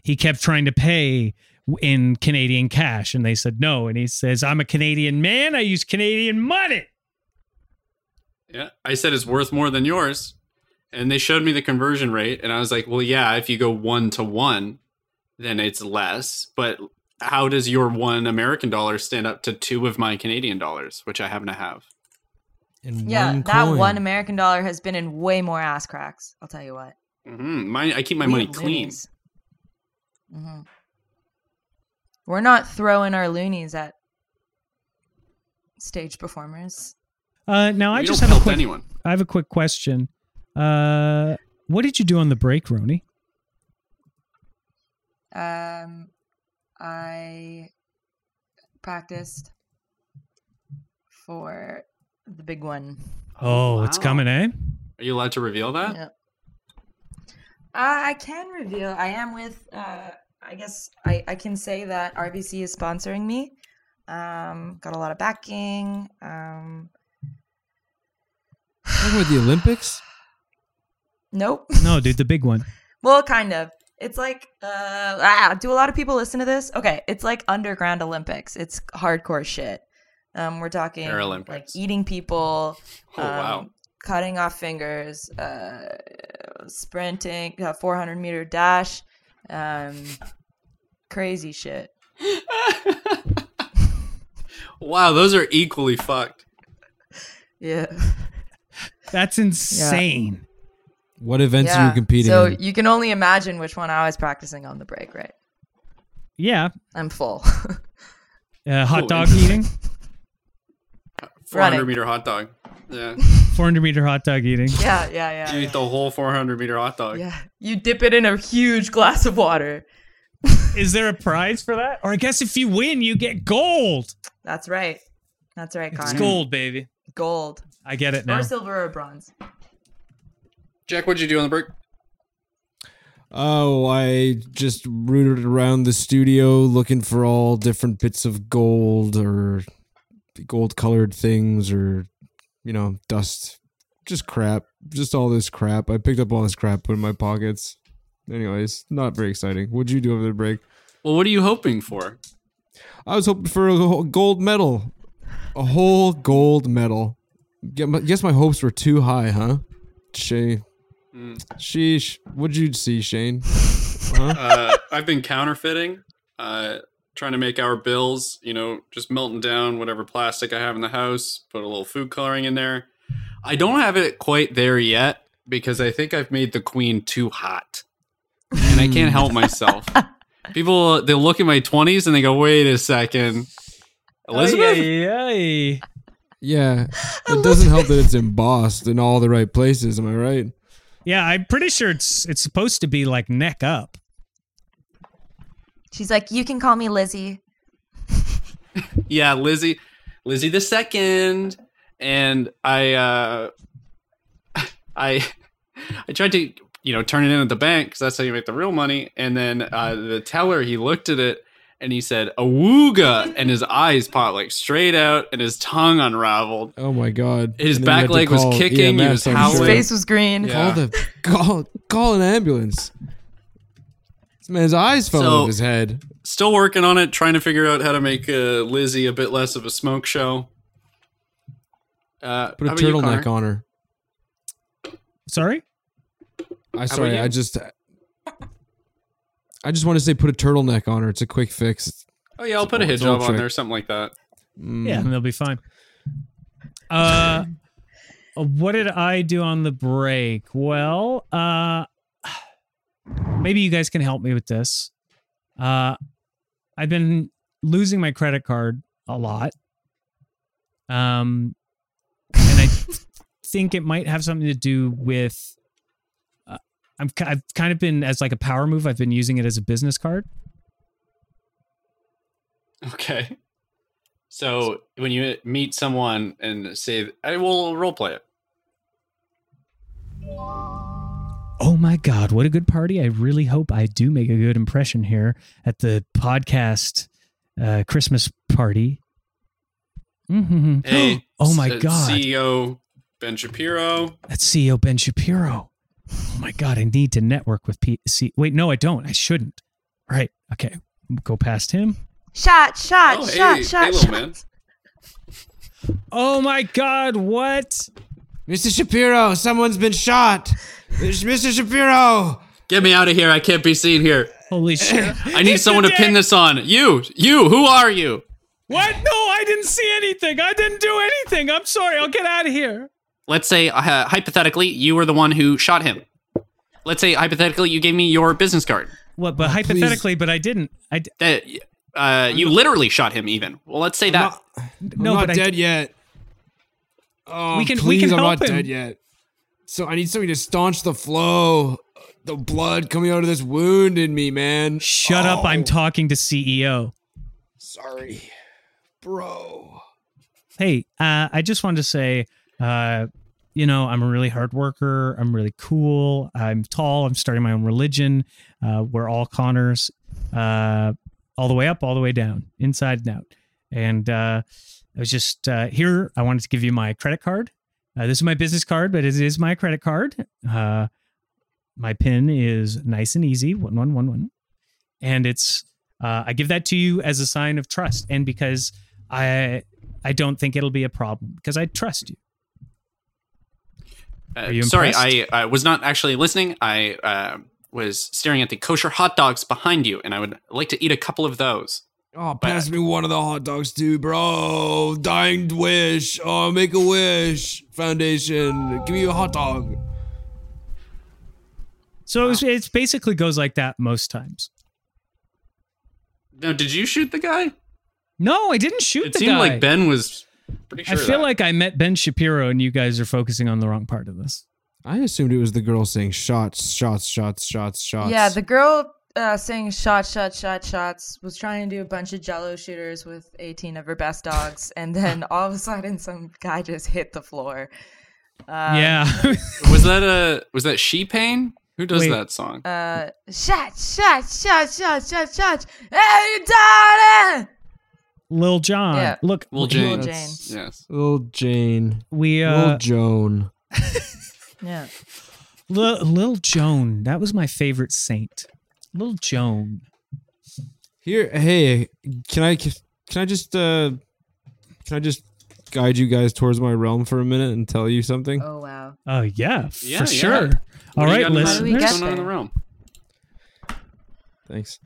S4: He kept trying to pay w- in Canadian cash and they said no. And he says, I'm a Canadian man. I use Canadian money.
S5: Yeah, I said it's worth more than yours, and they showed me the conversion rate, and I was like, well, yeah, if you go one to one, then it's less. But how does your one American dollar stand up to two of my Canadian dollars, which I happen to have?
S3: And
S6: Yeah,
S3: one
S6: that
S3: coin.
S6: one American dollar has been in way more ass cracks. I'll tell you what.
S5: hmm My, I keep my money clean.
S6: hmm We're not throwing our loonies at stage performers.
S4: Uh, now I
S5: You
S4: just
S5: don't
S4: have a
S5: help
S4: quick.
S5: anyone.
S4: I have a quick question. Uh, what did you do on the break, Roni?
S6: Um, I practiced for the big one.
S4: Oh, it's
S5: wow.
S4: coming, eh?
S5: Are you allowed to reveal that?
S6: Yep. Uh, I can reveal. I am with. Uh, I guess I, I can say that RBC is sponsoring me. Um, got a lot of backing. Um,
S3: Talking about the Olympics.
S6: nope.
S4: No, dude, the big one.
S6: Well, kind of. It's like, uh, ah, do a lot of people listen to this? Okay, it's like underground Olympics. It's hardcore shit. Um, we're talking like
S5: Paralympics.
S6: eating people,
S5: Oh wow.
S6: um, cutting off fingers, uh, sprinting, uh, 400 meter dash, um, crazy shit.
S5: wow, those are equally fucked.
S6: Yeah.
S4: That's insane.
S3: What events are
S6: yeah.
S3: you competing
S6: So
S3: in?
S6: you can only imagine which one I was practicing on the break, right?
S4: Yeah.
S6: I'm full.
S4: Uh, hot
S5: Oh,
S4: dog
S5: interesting.
S4: eating,
S5: 400
S6: Running.
S5: meter hot dog. Yeah.
S4: 400 meter hot dog eating.
S6: yeah, yeah, yeah.
S5: You eat the whole 400 meter hot dog.
S6: yeah. You dip it in a huge glass of water.
S4: Is there a prize for that? Or I guess if you win, you get gold.
S6: That's right. That's right,
S4: It's
S6: Connor.
S4: gold, baby.
S6: Gold.
S4: I get it now.
S6: Or silver or bronze.
S5: Jack, what'd you do on the break?
S3: Oh, I just rooted around the studio looking for all different bits of gold or gold colored things or, you know, dust. Just crap. Just all this crap. I picked up all this crap, put it in my pockets. Anyways, not very exciting. What'd you do over the break?
S5: Well, what are you hoping for?
S3: I was hoping for a whole gold medal. A whole gold medal. Get my- Guess my hopes were too high, huh? Shay. Sheesh. What'd you see, Shane?
S5: Uh, I've been counterfeiting, uh, trying to make our bills, you know, just melting down whatever plastic I have in the house, put a little food coloring in there. I don't have it quite there yet because I think I've made the queen too hot. And I can't help myself. People, they look at my 20s and they go, wait a second. Elizabeth?
S4: Ay, ay, ay.
S3: Yeah. It doesn't help that it's embossed in all the right places. Am I right?
S4: Yeah, I'm pretty sure it's it's supposed to be like neck up.
S6: She's like, you can call me Lizzie.
S5: yeah lizzie lizzie the second and i uh i i tried to you know turn it in at the bank because that's how you make the real money and then uh the teller he looked at it and he said awooga and his eyes popped like straight out and his tongue unraveled
S3: Oh my god.
S5: His
S3: And then you
S5: back
S3: had to
S5: leg was
S3: call E
S5: kicking, he was
S3: I'm
S5: howling.
S6: His
S5: Wait.
S6: face was green.
S5: Yeah.
S3: Call the call call an ambulance. This man's eyes fell out
S5: So-
S3: of his head.
S5: still working on it trying to figure out how to make uh, lizzie a bit less of a smoke show uh,
S3: Put a
S5: how about you,
S3: turtleneck
S5: Connor?
S3: on her.
S4: Sorry?
S3: I sorry,
S5: you?
S3: I just I just want to say put a turtleneck on her. It's a quick fix.
S5: oh yeah i'll put a
S3: It's
S5: hijab
S3: an old
S5: on
S3: trick.
S5: there something like that
S3: Mm.
S4: Yeah, and they'll be fine. Uh, what did I do on the break? Well, uh, maybe you guys can help me with this. Uh, I've been losing my credit card a lot. Um, and I think it might have something to do with. Uh, I'm, ki- I've kind of been as like a power move. I've been using it as a business card.
S5: Okay. So when you meet someone and say, "I will roleplay it,"
S4: Oh my God, what a good party. I really hope I do make a good impression here at the podcast uh, Christmas party. Mhm.
S5: hey, uh,
S4: oh my
S5: s-
S4: God.
S5: CEO Ben Shapiro.
S4: That's CEO Ben Shapiro. Oh my God, I need to network with P- C. Wait, no, I don't. I shouldn't. Right. Okay. Go past him.
S6: Shot, shot,
S5: Oh, hey,
S6: shot,
S5: hey,
S6: shot,
S5: little
S6: shot.
S5: man.
S4: Oh my God, what?
S3: Mr. Shapiro, someone's been shot. Mr. Shapiro.
S5: Get me out of here. I can't be seen here.
S4: Holy shit.
S5: I need someone to pin this on. You, you, who are you?
S4: What? No, I didn't see anything. I didn't do anything. I'm sorry. I'll get out of here.
S5: Let's say, uh, hypothetically, you were the one who shot him. Let's say, hypothetically, you gave me your business card.
S4: What? But hypothetically, but I didn't. I d-
S5: That uh, You literally shot him, even. Well, let's say that.
S3: I'm
S4: no,
S3: not
S4: but I-
S3: dead yet. Oh,
S4: We can- we
S3: please,
S4: can
S3: I'm
S4: help
S3: not
S4: him.
S3: dead yet. So I need something to staunch the flow, the blood coming out of this wound in me, man.
S4: shut up. I'm
S3: Oh,
S4: talking to E CEO.
S3: sorry, bro.
S4: Hey, uh, I just wanted to say, uh, you know, I'm a really hard worker. I'm really cool. I'm tall. I'm starting my own religion. Uh, we're all Connors, uh, all the way up, all the way down, inside and out. And uh, I was just uh, here. I wanted to give you my credit card. Uh, this is my business card, but it is my credit card. Uh, my pin is nice and easy one one one one, and it's uh, I give that to you as a sign of trust, and because I I don't think it'll be a problem because I trust you.
S5: Uh,
S4: Are you
S5: sorry, I
S4: impressed?
S5: uh, was not actually listening. I uh, was staring at the kosher hot dogs behind you, and I would like to eat a couple of those.
S3: Oh, pass me one of the hot dogs too, bro. Dying wish. Oh, make a wish. Foundation, give me a hot dog.
S4: So it's it's basically goes like that most times.
S5: Now, did you shoot the guy?
S4: No, I didn't shoot
S5: It
S4: the
S5: seemed
S4: guy.
S5: like Ben was pretty
S4: I
S5: sure. of
S4: feel
S5: that.
S4: like I met Ben Shapiro, and you guys are focusing on the wrong part of this.
S3: I assumed it was the girl saying shots, shots, shots, shots, shots.
S6: Yeah, the girl uh, saying shot, shot, shot, shots was trying to do a bunch of jello shooters with 18 of her best dogs, and then all of a sudden, some guy just hit the floor. Um,
S4: yeah,
S5: was that a was that She Pain? Who does
S4: Wait.
S5: that song?
S6: Uh, shot, shot, shot, shot, shot, shot. Hey, darling!
S4: Lil John.
S6: Yeah.
S4: Look,
S5: Lil
S6: Lil
S5: Jane.
S6: Jane.
S5: Yes.
S3: little Jane,
S4: we
S3: little
S4: uh,
S3: Joan.
S6: Yeah.
S4: Lil, Lil Joan. That was my favorite saint. Lil Joan.
S3: Here, hey, can I can I just uh can I just guide you guys towards my realm for a minute and tell you something?
S6: Oh, wow.
S4: Oh yeah,
S5: Yeah, yeah.
S4: for sure. All
S5: What do you
S4: right,
S5: got in mind?
S6: How do we
S4: listeners.
S5: What's
S6: get
S5: going on in the
S6: there?
S5: realm?
S3: Thanks.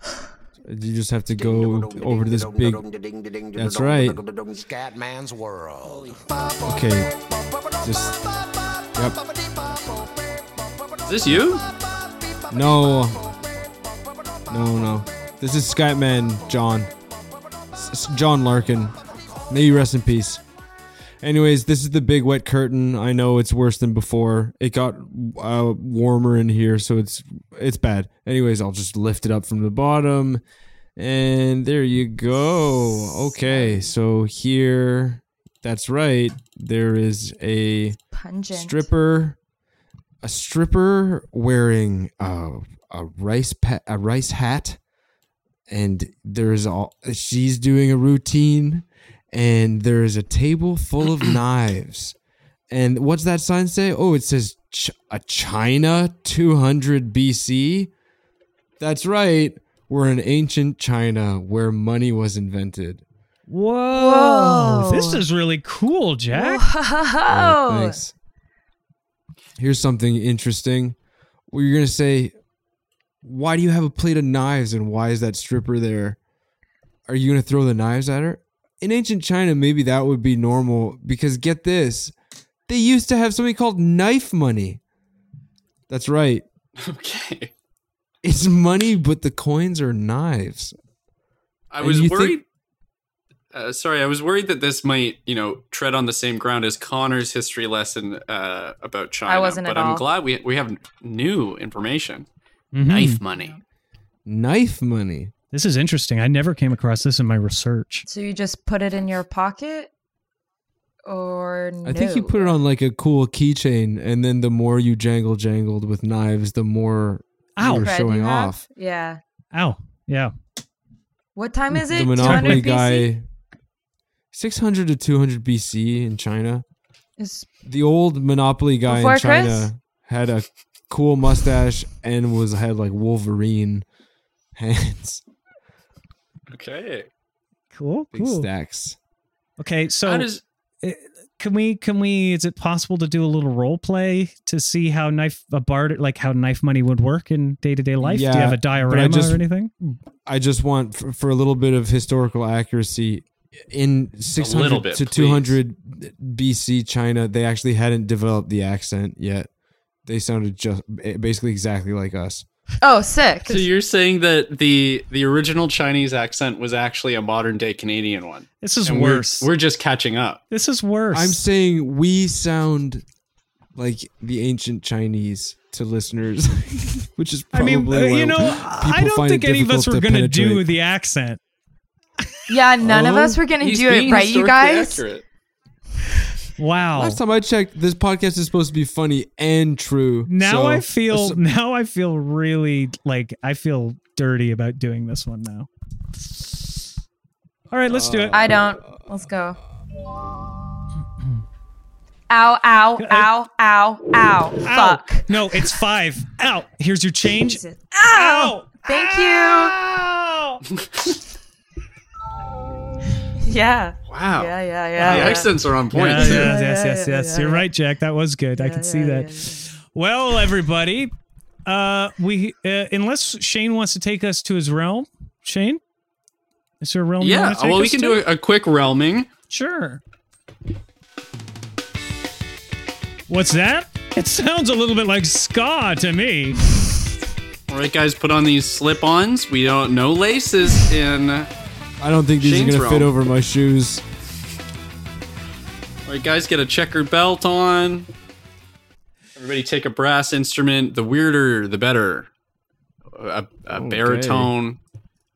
S3: You just have to go over to this big. That's right.
S9: Scatman's world.
S3: Okay. Just. Yep.
S5: Is this you?
S3: No. No, no. This is Skyman John. S- S- John Larkin. May you rest in peace. Anyways, this is the big wet curtain. I know it's worse than before. It got uh, warmer in here, so it's it's bad. Anyways, I'll just lift it up from the bottom, and there you go. Okay, so here, that's right. There is a
S6: Pungent.
S3: stripper, a stripper wearing uh, a rice pa- a rice hat, and there is all she's doing a routine, and there is a table full of knives, and what's that sign say? Oh, it says Ch- a China two hundred BC. That's right. We're in ancient China where money was invented.
S4: Whoa,
S6: Whoa.
S4: this is really cool, Jack.
S3: Oh,
S6: Whoa!
S3: thanks. Here's something interesting. Well, you're gonna say, "Why do you have a plate of knives, and why is that stripper there?" Are you gonna throw the knives at her? In ancient China, maybe that would be normal because get this, they used to have something called knife money. That's right,
S5: Okay.
S3: it's money, but the coins are knives.
S5: I
S3: And
S5: was
S3: you think-
S5: worried. Uh, sorry, I was worried that this might, you know, tread on the same ground as Connor's history lesson uh, about China.
S6: wasn't
S5: but
S6: at
S5: I'm
S6: all.
S5: glad we we have new information.
S4: Mhm.
S5: Knife money.
S3: Knife money.
S4: This is interesting. I never came across this in my research.
S6: So you just put it in your pocket? Or no?
S3: I think you put it on like a cool keychain, and then the more you jangle jangled with knives, the more
S4: Ow.
S3: you're
S6: Bread
S3: showing
S6: you have?
S3: off.
S6: Yeah.
S4: Ow. Yeah.
S6: What time is it?
S3: The Monopoly
S6: 200 BC?
S3: guy, 600 to 200 BC in China.
S6: Is-
S3: The old Monopoly guy
S6: Before
S3: in China
S6: Chris?
S3: had a cool mustache and was had like Wolverine hands,
S5: Okay.
S4: Cool.
S3: big
S4: Cool.
S3: stacks.
S4: Okay, so
S5: How does
S4: eh, can we can we is it possible to do a little role play to see how knife a barter like how knife money would work in day-to-day life do
S3: Yeah,
S4: you have a diorama
S3: just-
S4: or anything
S3: I just want for, for a little bit of historical accuracy. In
S5: little
S3: 600
S5: bit,
S3: to
S5: please.
S3: 200 BC China, they actually hadn't developed the accent yet. They sounded just basically exactly like us.
S6: Oh, sick.
S5: So you're saying that the the original Chinese accent was actually a modern day Canadian one.
S4: this is
S5: And we're-
S4: worse
S5: We're, just catching up.
S4: this is worse
S3: I'm saying we sound like the ancient Chinese to listeners, which is
S4: I
S3: probably
S4: mean, uh,
S3: why
S4: you know,
S3: people
S4: I don't
S3: find it
S4: think any of us were
S3: difficult
S4: going to do
S3: penetrate.
S4: the accent.
S6: Yeah, none of
S3: Oh,
S6: us were gonna
S5: He's
S6: do it,
S5: being
S6: right, you
S5: historically
S6: guys?
S5: accurate.
S4: Wow.
S3: Last time I checked, this podcast is supposed to be funny and true.
S4: Now
S3: so- uh,
S4: I feel
S3: so-
S4: now I feel really like I feel dirty about doing this one now. All right, let's do it.
S6: I don't. Let's go. Ow, ow, ow, ow, ow.
S4: Ow.
S6: Fuck.
S4: No, it's 5. Ow. Here's your change. Oh.
S6: Jesus.
S4: Ow.
S6: Ow! Thank
S4: Ow.
S6: you. Yeah.
S5: Wow.
S6: Yeah, yeah,
S5: the
S6: yeah. yeah.
S5: accents are on point.
S4: Yeah,
S5: too.
S4: yes, yes,
S6: yeah,
S4: yes,
S6: yeah,
S4: yes.
S6: yeah,
S4: You're
S6: yeah.
S4: right, Jack. That was good. I could see
S6: yeah,
S4: that. Well, everybody, uh, we uh, unless Shane wants to take us to his realm, Shane, is there a realm? you
S5: Yeah.
S4: want to take
S5: Well, we
S4: us
S5: can
S4: to?
S5: do a, a quick realming.
S4: Sure. What's that? It sounds a little bit like ska to me.
S5: All right, guys, put on these slip-ons. We don't no laces in. All
S3: I don't think these
S5: Shane's
S3: are going to fit
S5: wrong.
S3: over my shoes.
S5: right, guys, get a checkered belt on. Everybody, take a brass instrument. The weirder, the better. A, a baritone,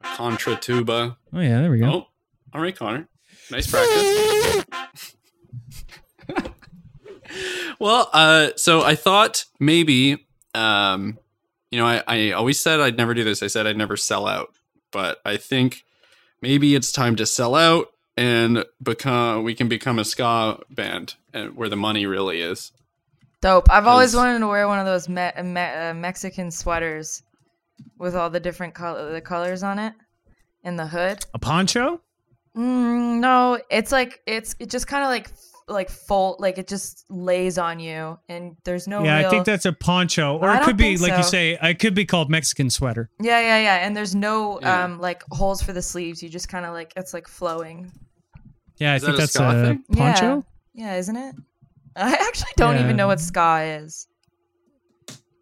S5: a contra tuba.
S4: Oh yeah, there we go.
S5: Oh, all right, Connor. Nice practice. well, uh, so I thought maybe, um, you know, I, I always said I'd never do this. I said I'd never sell out, but I think maybe it's time to sell out and become we can become a ska band and where the money really is.
S6: Dope. I've always
S5: Yes.
S6: wanted to wear one of those me- uh, me- uh, Mexican sweaters with all the different color- the colors on it and the hood.
S4: A poncho?
S6: Mm, no, it's like it's it just kind of like like fold like it just lays on you and there's no
S4: yeah,
S6: Oh, real
S4: I think that's a poncho, or
S6: I
S4: it could
S6: don't
S4: be
S6: think
S4: like you
S6: so.
S4: say, it could be called Mexican sweater.
S6: yeah yeah yeah and there's no
S5: Yeah.
S6: um like holes for the sleeves you just kind of like it's like flowing
S4: Yeah, I
S5: Is
S4: think
S5: that a
S4: that's
S5: ska
S4: a
S5: thing?
S4: poncho.
S6: yeah yeah isn't it I actually don't
S4: Yeah.
S6: even know what ska is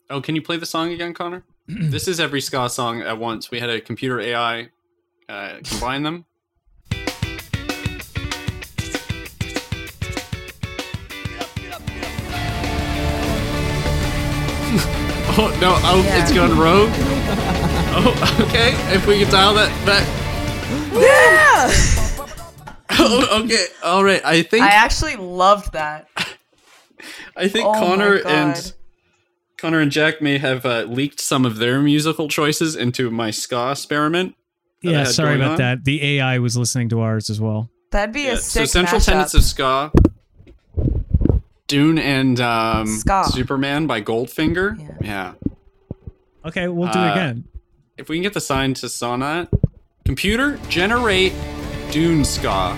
S5: Oh, can you play the song again, Connor? this is every ska song at once. We had a computer AI uh, combine them. oh no! Oh,
S6: Yeah.
S5: it's gone rogue. oh, okay. If we can dial that back.
S6: yeah
S5: Oh, okay. All right. I think
S6: I
S5: I,
S6: actually loved that
S5: think
S6: oh my
S5: Connor
S6: God.
S5: and Connor and Jack may have uh, leaked some of their musical choices into my ska experiment. that I
S4: Yeah,
S5: had
S4: sorry
S5: going
S4: about
S5: on.
S4: that. The AI was listening to ours as well.
S6: that'd be
S5: Yeah,
S6: a
S5: so
S6: sick
S5: central
S6: mashup.
S5: tenets of ska dune and um
S6: Ska.
S5: superman by goldfinger yeah,
S4: Okay, we'll do it
S5: Uh,
S4: again.
S5: if we can get the sign to sauna computer generate dune ska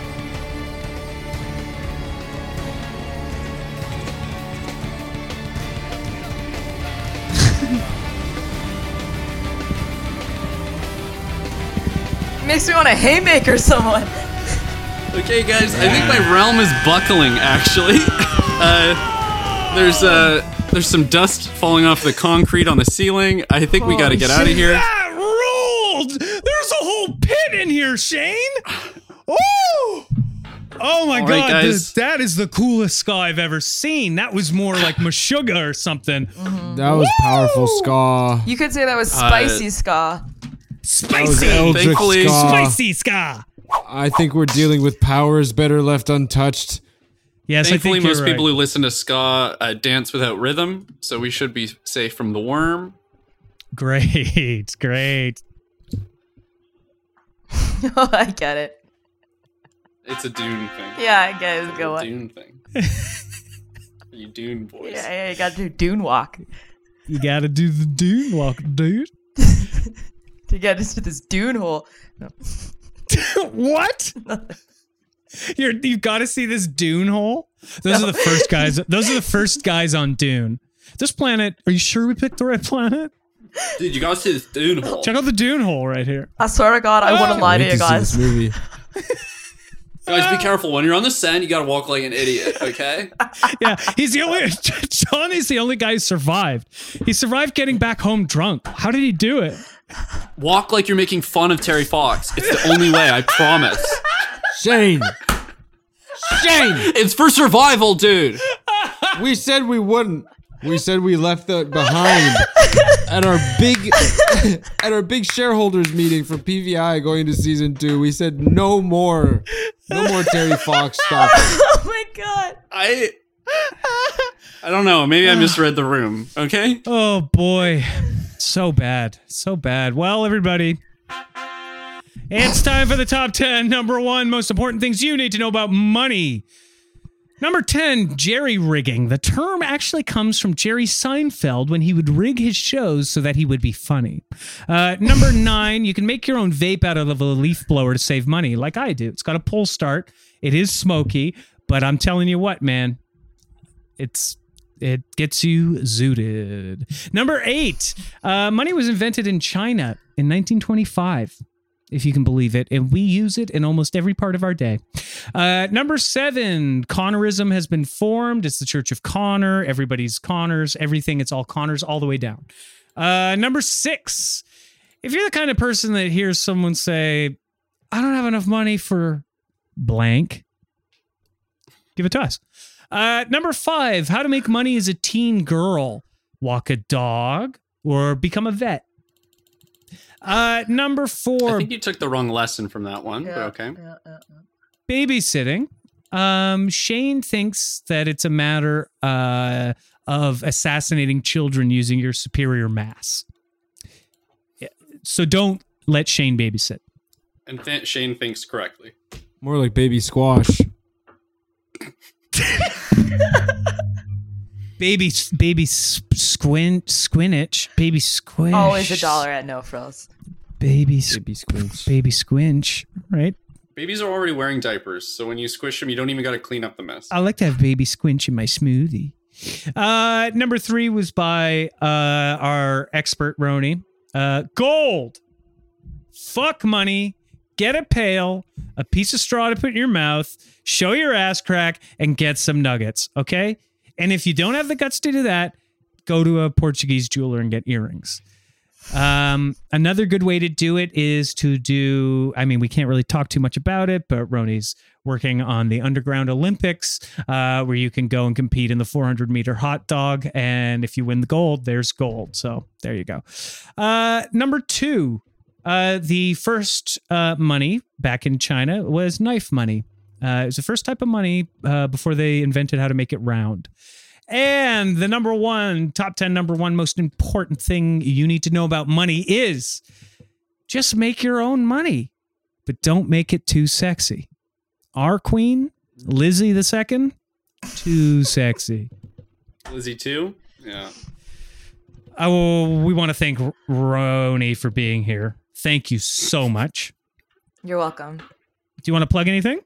S6: makes me want to haymaker someone
S5: okay guys i think my realm is buckling actually uh there's uh there's some dust falling off the concrete on the ceiling i think we got to
S4: Oh,
S5: get out of here
S4: That ruled! There's a whole pit in here, Shane! Oh! Oh my
S5: All right,
S4: god, th-
S5: guys.
S4: that is the coolest ska I've ever seen. That was more like Meshuggah or something.
S3: That was powerful ska.
S6: you could say that
S5: Uh,
S6: was spicy ska
S4: Spicy!
S3: Eldritch
S5: Thankfully-
S3: ska.
S4: Spicy ska!
S3: I think we're dealing with powers better left untouched.
S4: Yes, I
S5: Thankfully,
S4: think you're
S5: most
S4: right.
S5: people who listen to ska uh, dance without rhythm, so we should be safe from the worm.
S4: Great, great.
S6: I get it
S5: It's a Dune thing.
S6: yeah I get it. It's a good
S5: a
S6: one
S5: Dune thing. you Dune boys.
S6: yeah yeah you gotta do dune walk
S4: You gotta do the dune walk, dude.
S6: to get into this dune hole
S4: what?
S10: You're, you've got to see this Dune hole. Those are the first guys. Those are the first guys on Dune. This planet. Are you sure we picked the right planet?
S11: Dude, you gotta see this dune hole.
S10: Check out the Dune hole right here.
S6: I swear to God, I want
S5: Ah!
S6: to lie to
S3: Wait
S6: you
S3: see
S6: guys.
S3: this movie.
S11: Guys, be careful. When you're on the sand, you gotta walk like an idiot, okay?
S10: Yeah, he's the only. John is the only guy who survived. He survived getting back home drunk. How did he do it?
S11: Walk like you're making fun of Terry Fox. It's the only way, I promise.
S3: Shane, Shane,
S11: It's for survival, dude.
S3: we said we wouldn't. We said we left that behind at our big at our big shareholders meeting for PVI going to season two. We said no more, no more Terry Fox stuff.
S6: oh my God.
S5: I I don't know. Maybe I misread the room. Okay.
S10: Oh boy, so bad, so bad. Well, everybody, it's time for the top 10. Number one, most important things you need to know about money. Number 10, jerry rigging. The term actually comes from Jerry Seinfeld when he would rig his shows so that he would be funny. Uh, number nine, you can make your own vape out of a leaf blower to save money, like I do. It's got a pull start, it is smoky, but I'm telling you what, man, it's it gets you zooted. Number eight, uh, money was invented in China in 1925, if you can believe it, and we use it in almost every part of our day. Uh, number seven, Connorism has been formed. It's the Church of Connor. Everybody's Connors. Everything. It's all Connors all the way down. Uh, number six, if you're the kind of person that hears someone say, "I don't have enough money for blank," give it to us. Uh, number five, how to make money as a teen girl. Walk a dog or become a vet. Uh, number
S5: I
S10: four,
S5: think you took the wrong lesson from that one, but okay.
S6: Yeah, yeah, yeah.
S10: babysitting. Um, Shane thinks that it's a matter uh, of assassinating children using your superior mass. Yeah, So don't let Shane babysit.
S5: And th- Shane thinks correctly.
S3: More like baby squash.
S10: Baby, baby s- squint, squinch, baby squinch.
S6: Always a dollar at no frills.
S10: Baby, s-
S3: Baby squinch.
S10: baby squinch. Right.
S5: Babies are already wearing diapers, so when you squish them, you don't even got to clean up the
S4: Uh,
S5: mess.
S10: I like to have baby squinch in my smoothie. Uh, number three was by uh, our expert Roni. Uh, gold. Fuck money. Get a pail, a piece of straw to put in your mouth, show your ass crack, and get some nuggets. Okay. And if you don't have the guts to do that, go to a Portuguese jeweler and get earrings. Um, another good way to do it is to do, I mean, we can't really talk too much about it, but Roni's working on the Underground Olympics, uh, where you can go and compete in the 400 meter hot dog. And if you win the gold, there's gold. So there you go. Uh, number two, uh, the first uh, money back in China was knife money. Uh, it was the first type of money uh, before they invented how to make it round. And the number one, top 10 number one most important thing you need to know about money is just make your own money, but don't make it too sexy. Our queen, Lizzie the second, too sexy.
S5: Lizzie too. Yeah.
S10: Oh, we want to thank R- Roni for being here. Thank you so much.
S6: You're welcome.
S10: Do you want to plug anything?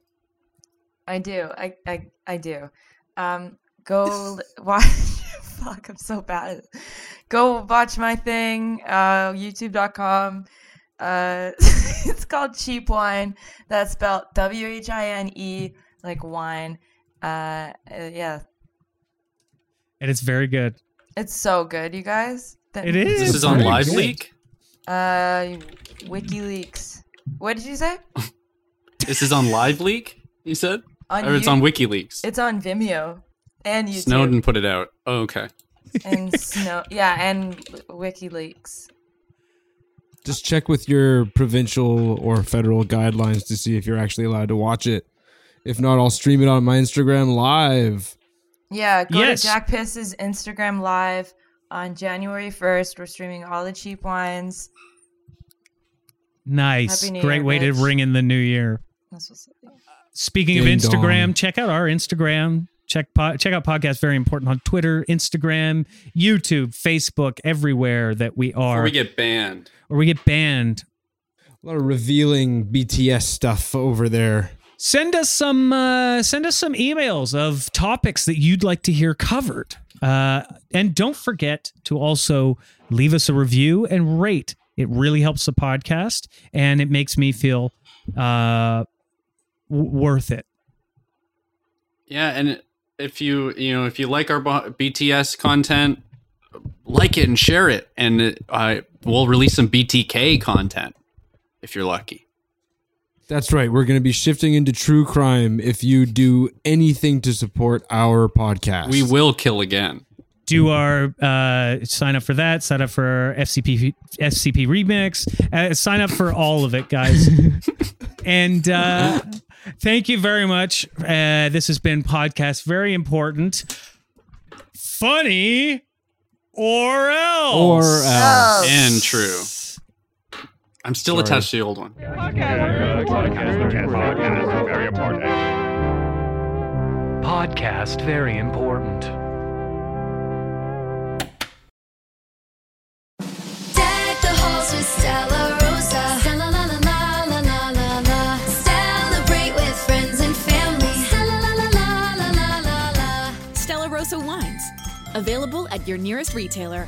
S6: I do. I I, I do. Um, go li- watch. Fuck, I'm so bad. At it. Go watch my thing. Uh, YouTube.com. Uh, it's called Cheap Wine. That's spelled W H I N E, like wine. Uh, uh, yeah,
S10: And it's very good.
S6: it's so good, you guys. Th-
S10: It is.
S5: This is on
S10: very
S5: Live
S10: good.
S5: Leak.
S6: Uh, WikiLeaks. What did you say?
S5: This is on Live Leak. You said,
S6: On
S5: or it's
S6: Yo-
S5: on WikiLeaks.
S6: It's on Vimeo and YouTube
S5: Snowden put it out. Oh, okay.
S6: and Snow. Yeah, and WikiLeaks.
S3: Just check with your provincial or federal guidelines to see if you're actually allowed to watch it. If not, I'll stream it on my Instagram live.
S6: Yeah, go
S10: Yes.
S6: to Jack Piss's Instagram live on January 1st. We're streaming all the cheap wines.
S10: Nice.
S6: Happy New
S10: Great
S6: Year,
S10: way to
S6: bitch.
S10: ring in the new year.
S6: That's what's up.
S10: Speaking of
S3: Ding
S10: Instagram,
S3: dong.
S10: check out our Instagram. Check po- check out podcast very important on Twitter, Instagram, YouTube, Facebook, everywhere that we
S5: Before
S10: are,
S5: we get banned.
S10: or we get banned.
S3: A lot of revealing BTS stuff over there.
S4: Send us some uh, send us some emails of topics that you'd like to hear covered, uh, and don't forget to also leave us a review and rate. It really helps the podcast, and it makes me feel uh, w- worth it.
S5: Yeah, and if you you know if you like our bo- BTS content, like it and share it, and it, I we'll release some BTK content if you're lucky.
S3: That's right. We're going to be shifting into true crime if you do anything to support our podcast.
S5: We will kill again.
S4: do our uh, sign up for that, sign up for FCP FCP remix, uh, sign up for all of it, guys. and uh, thank you very much. Uh, this has been podcast very important, funny, or else,
S3: Or else.
S5: And true. I'm still
S3: Sorry.
S5: attached to the old one.
S1: Podcast very important.
S2: Podcast very important.
S12: Deck the halls with Stella Rosa. Stella la la la la la la la. Celebrate with friends and family. Stella la la la la la la la.
S13: Stella Rosa wines, available at your nearest retailer.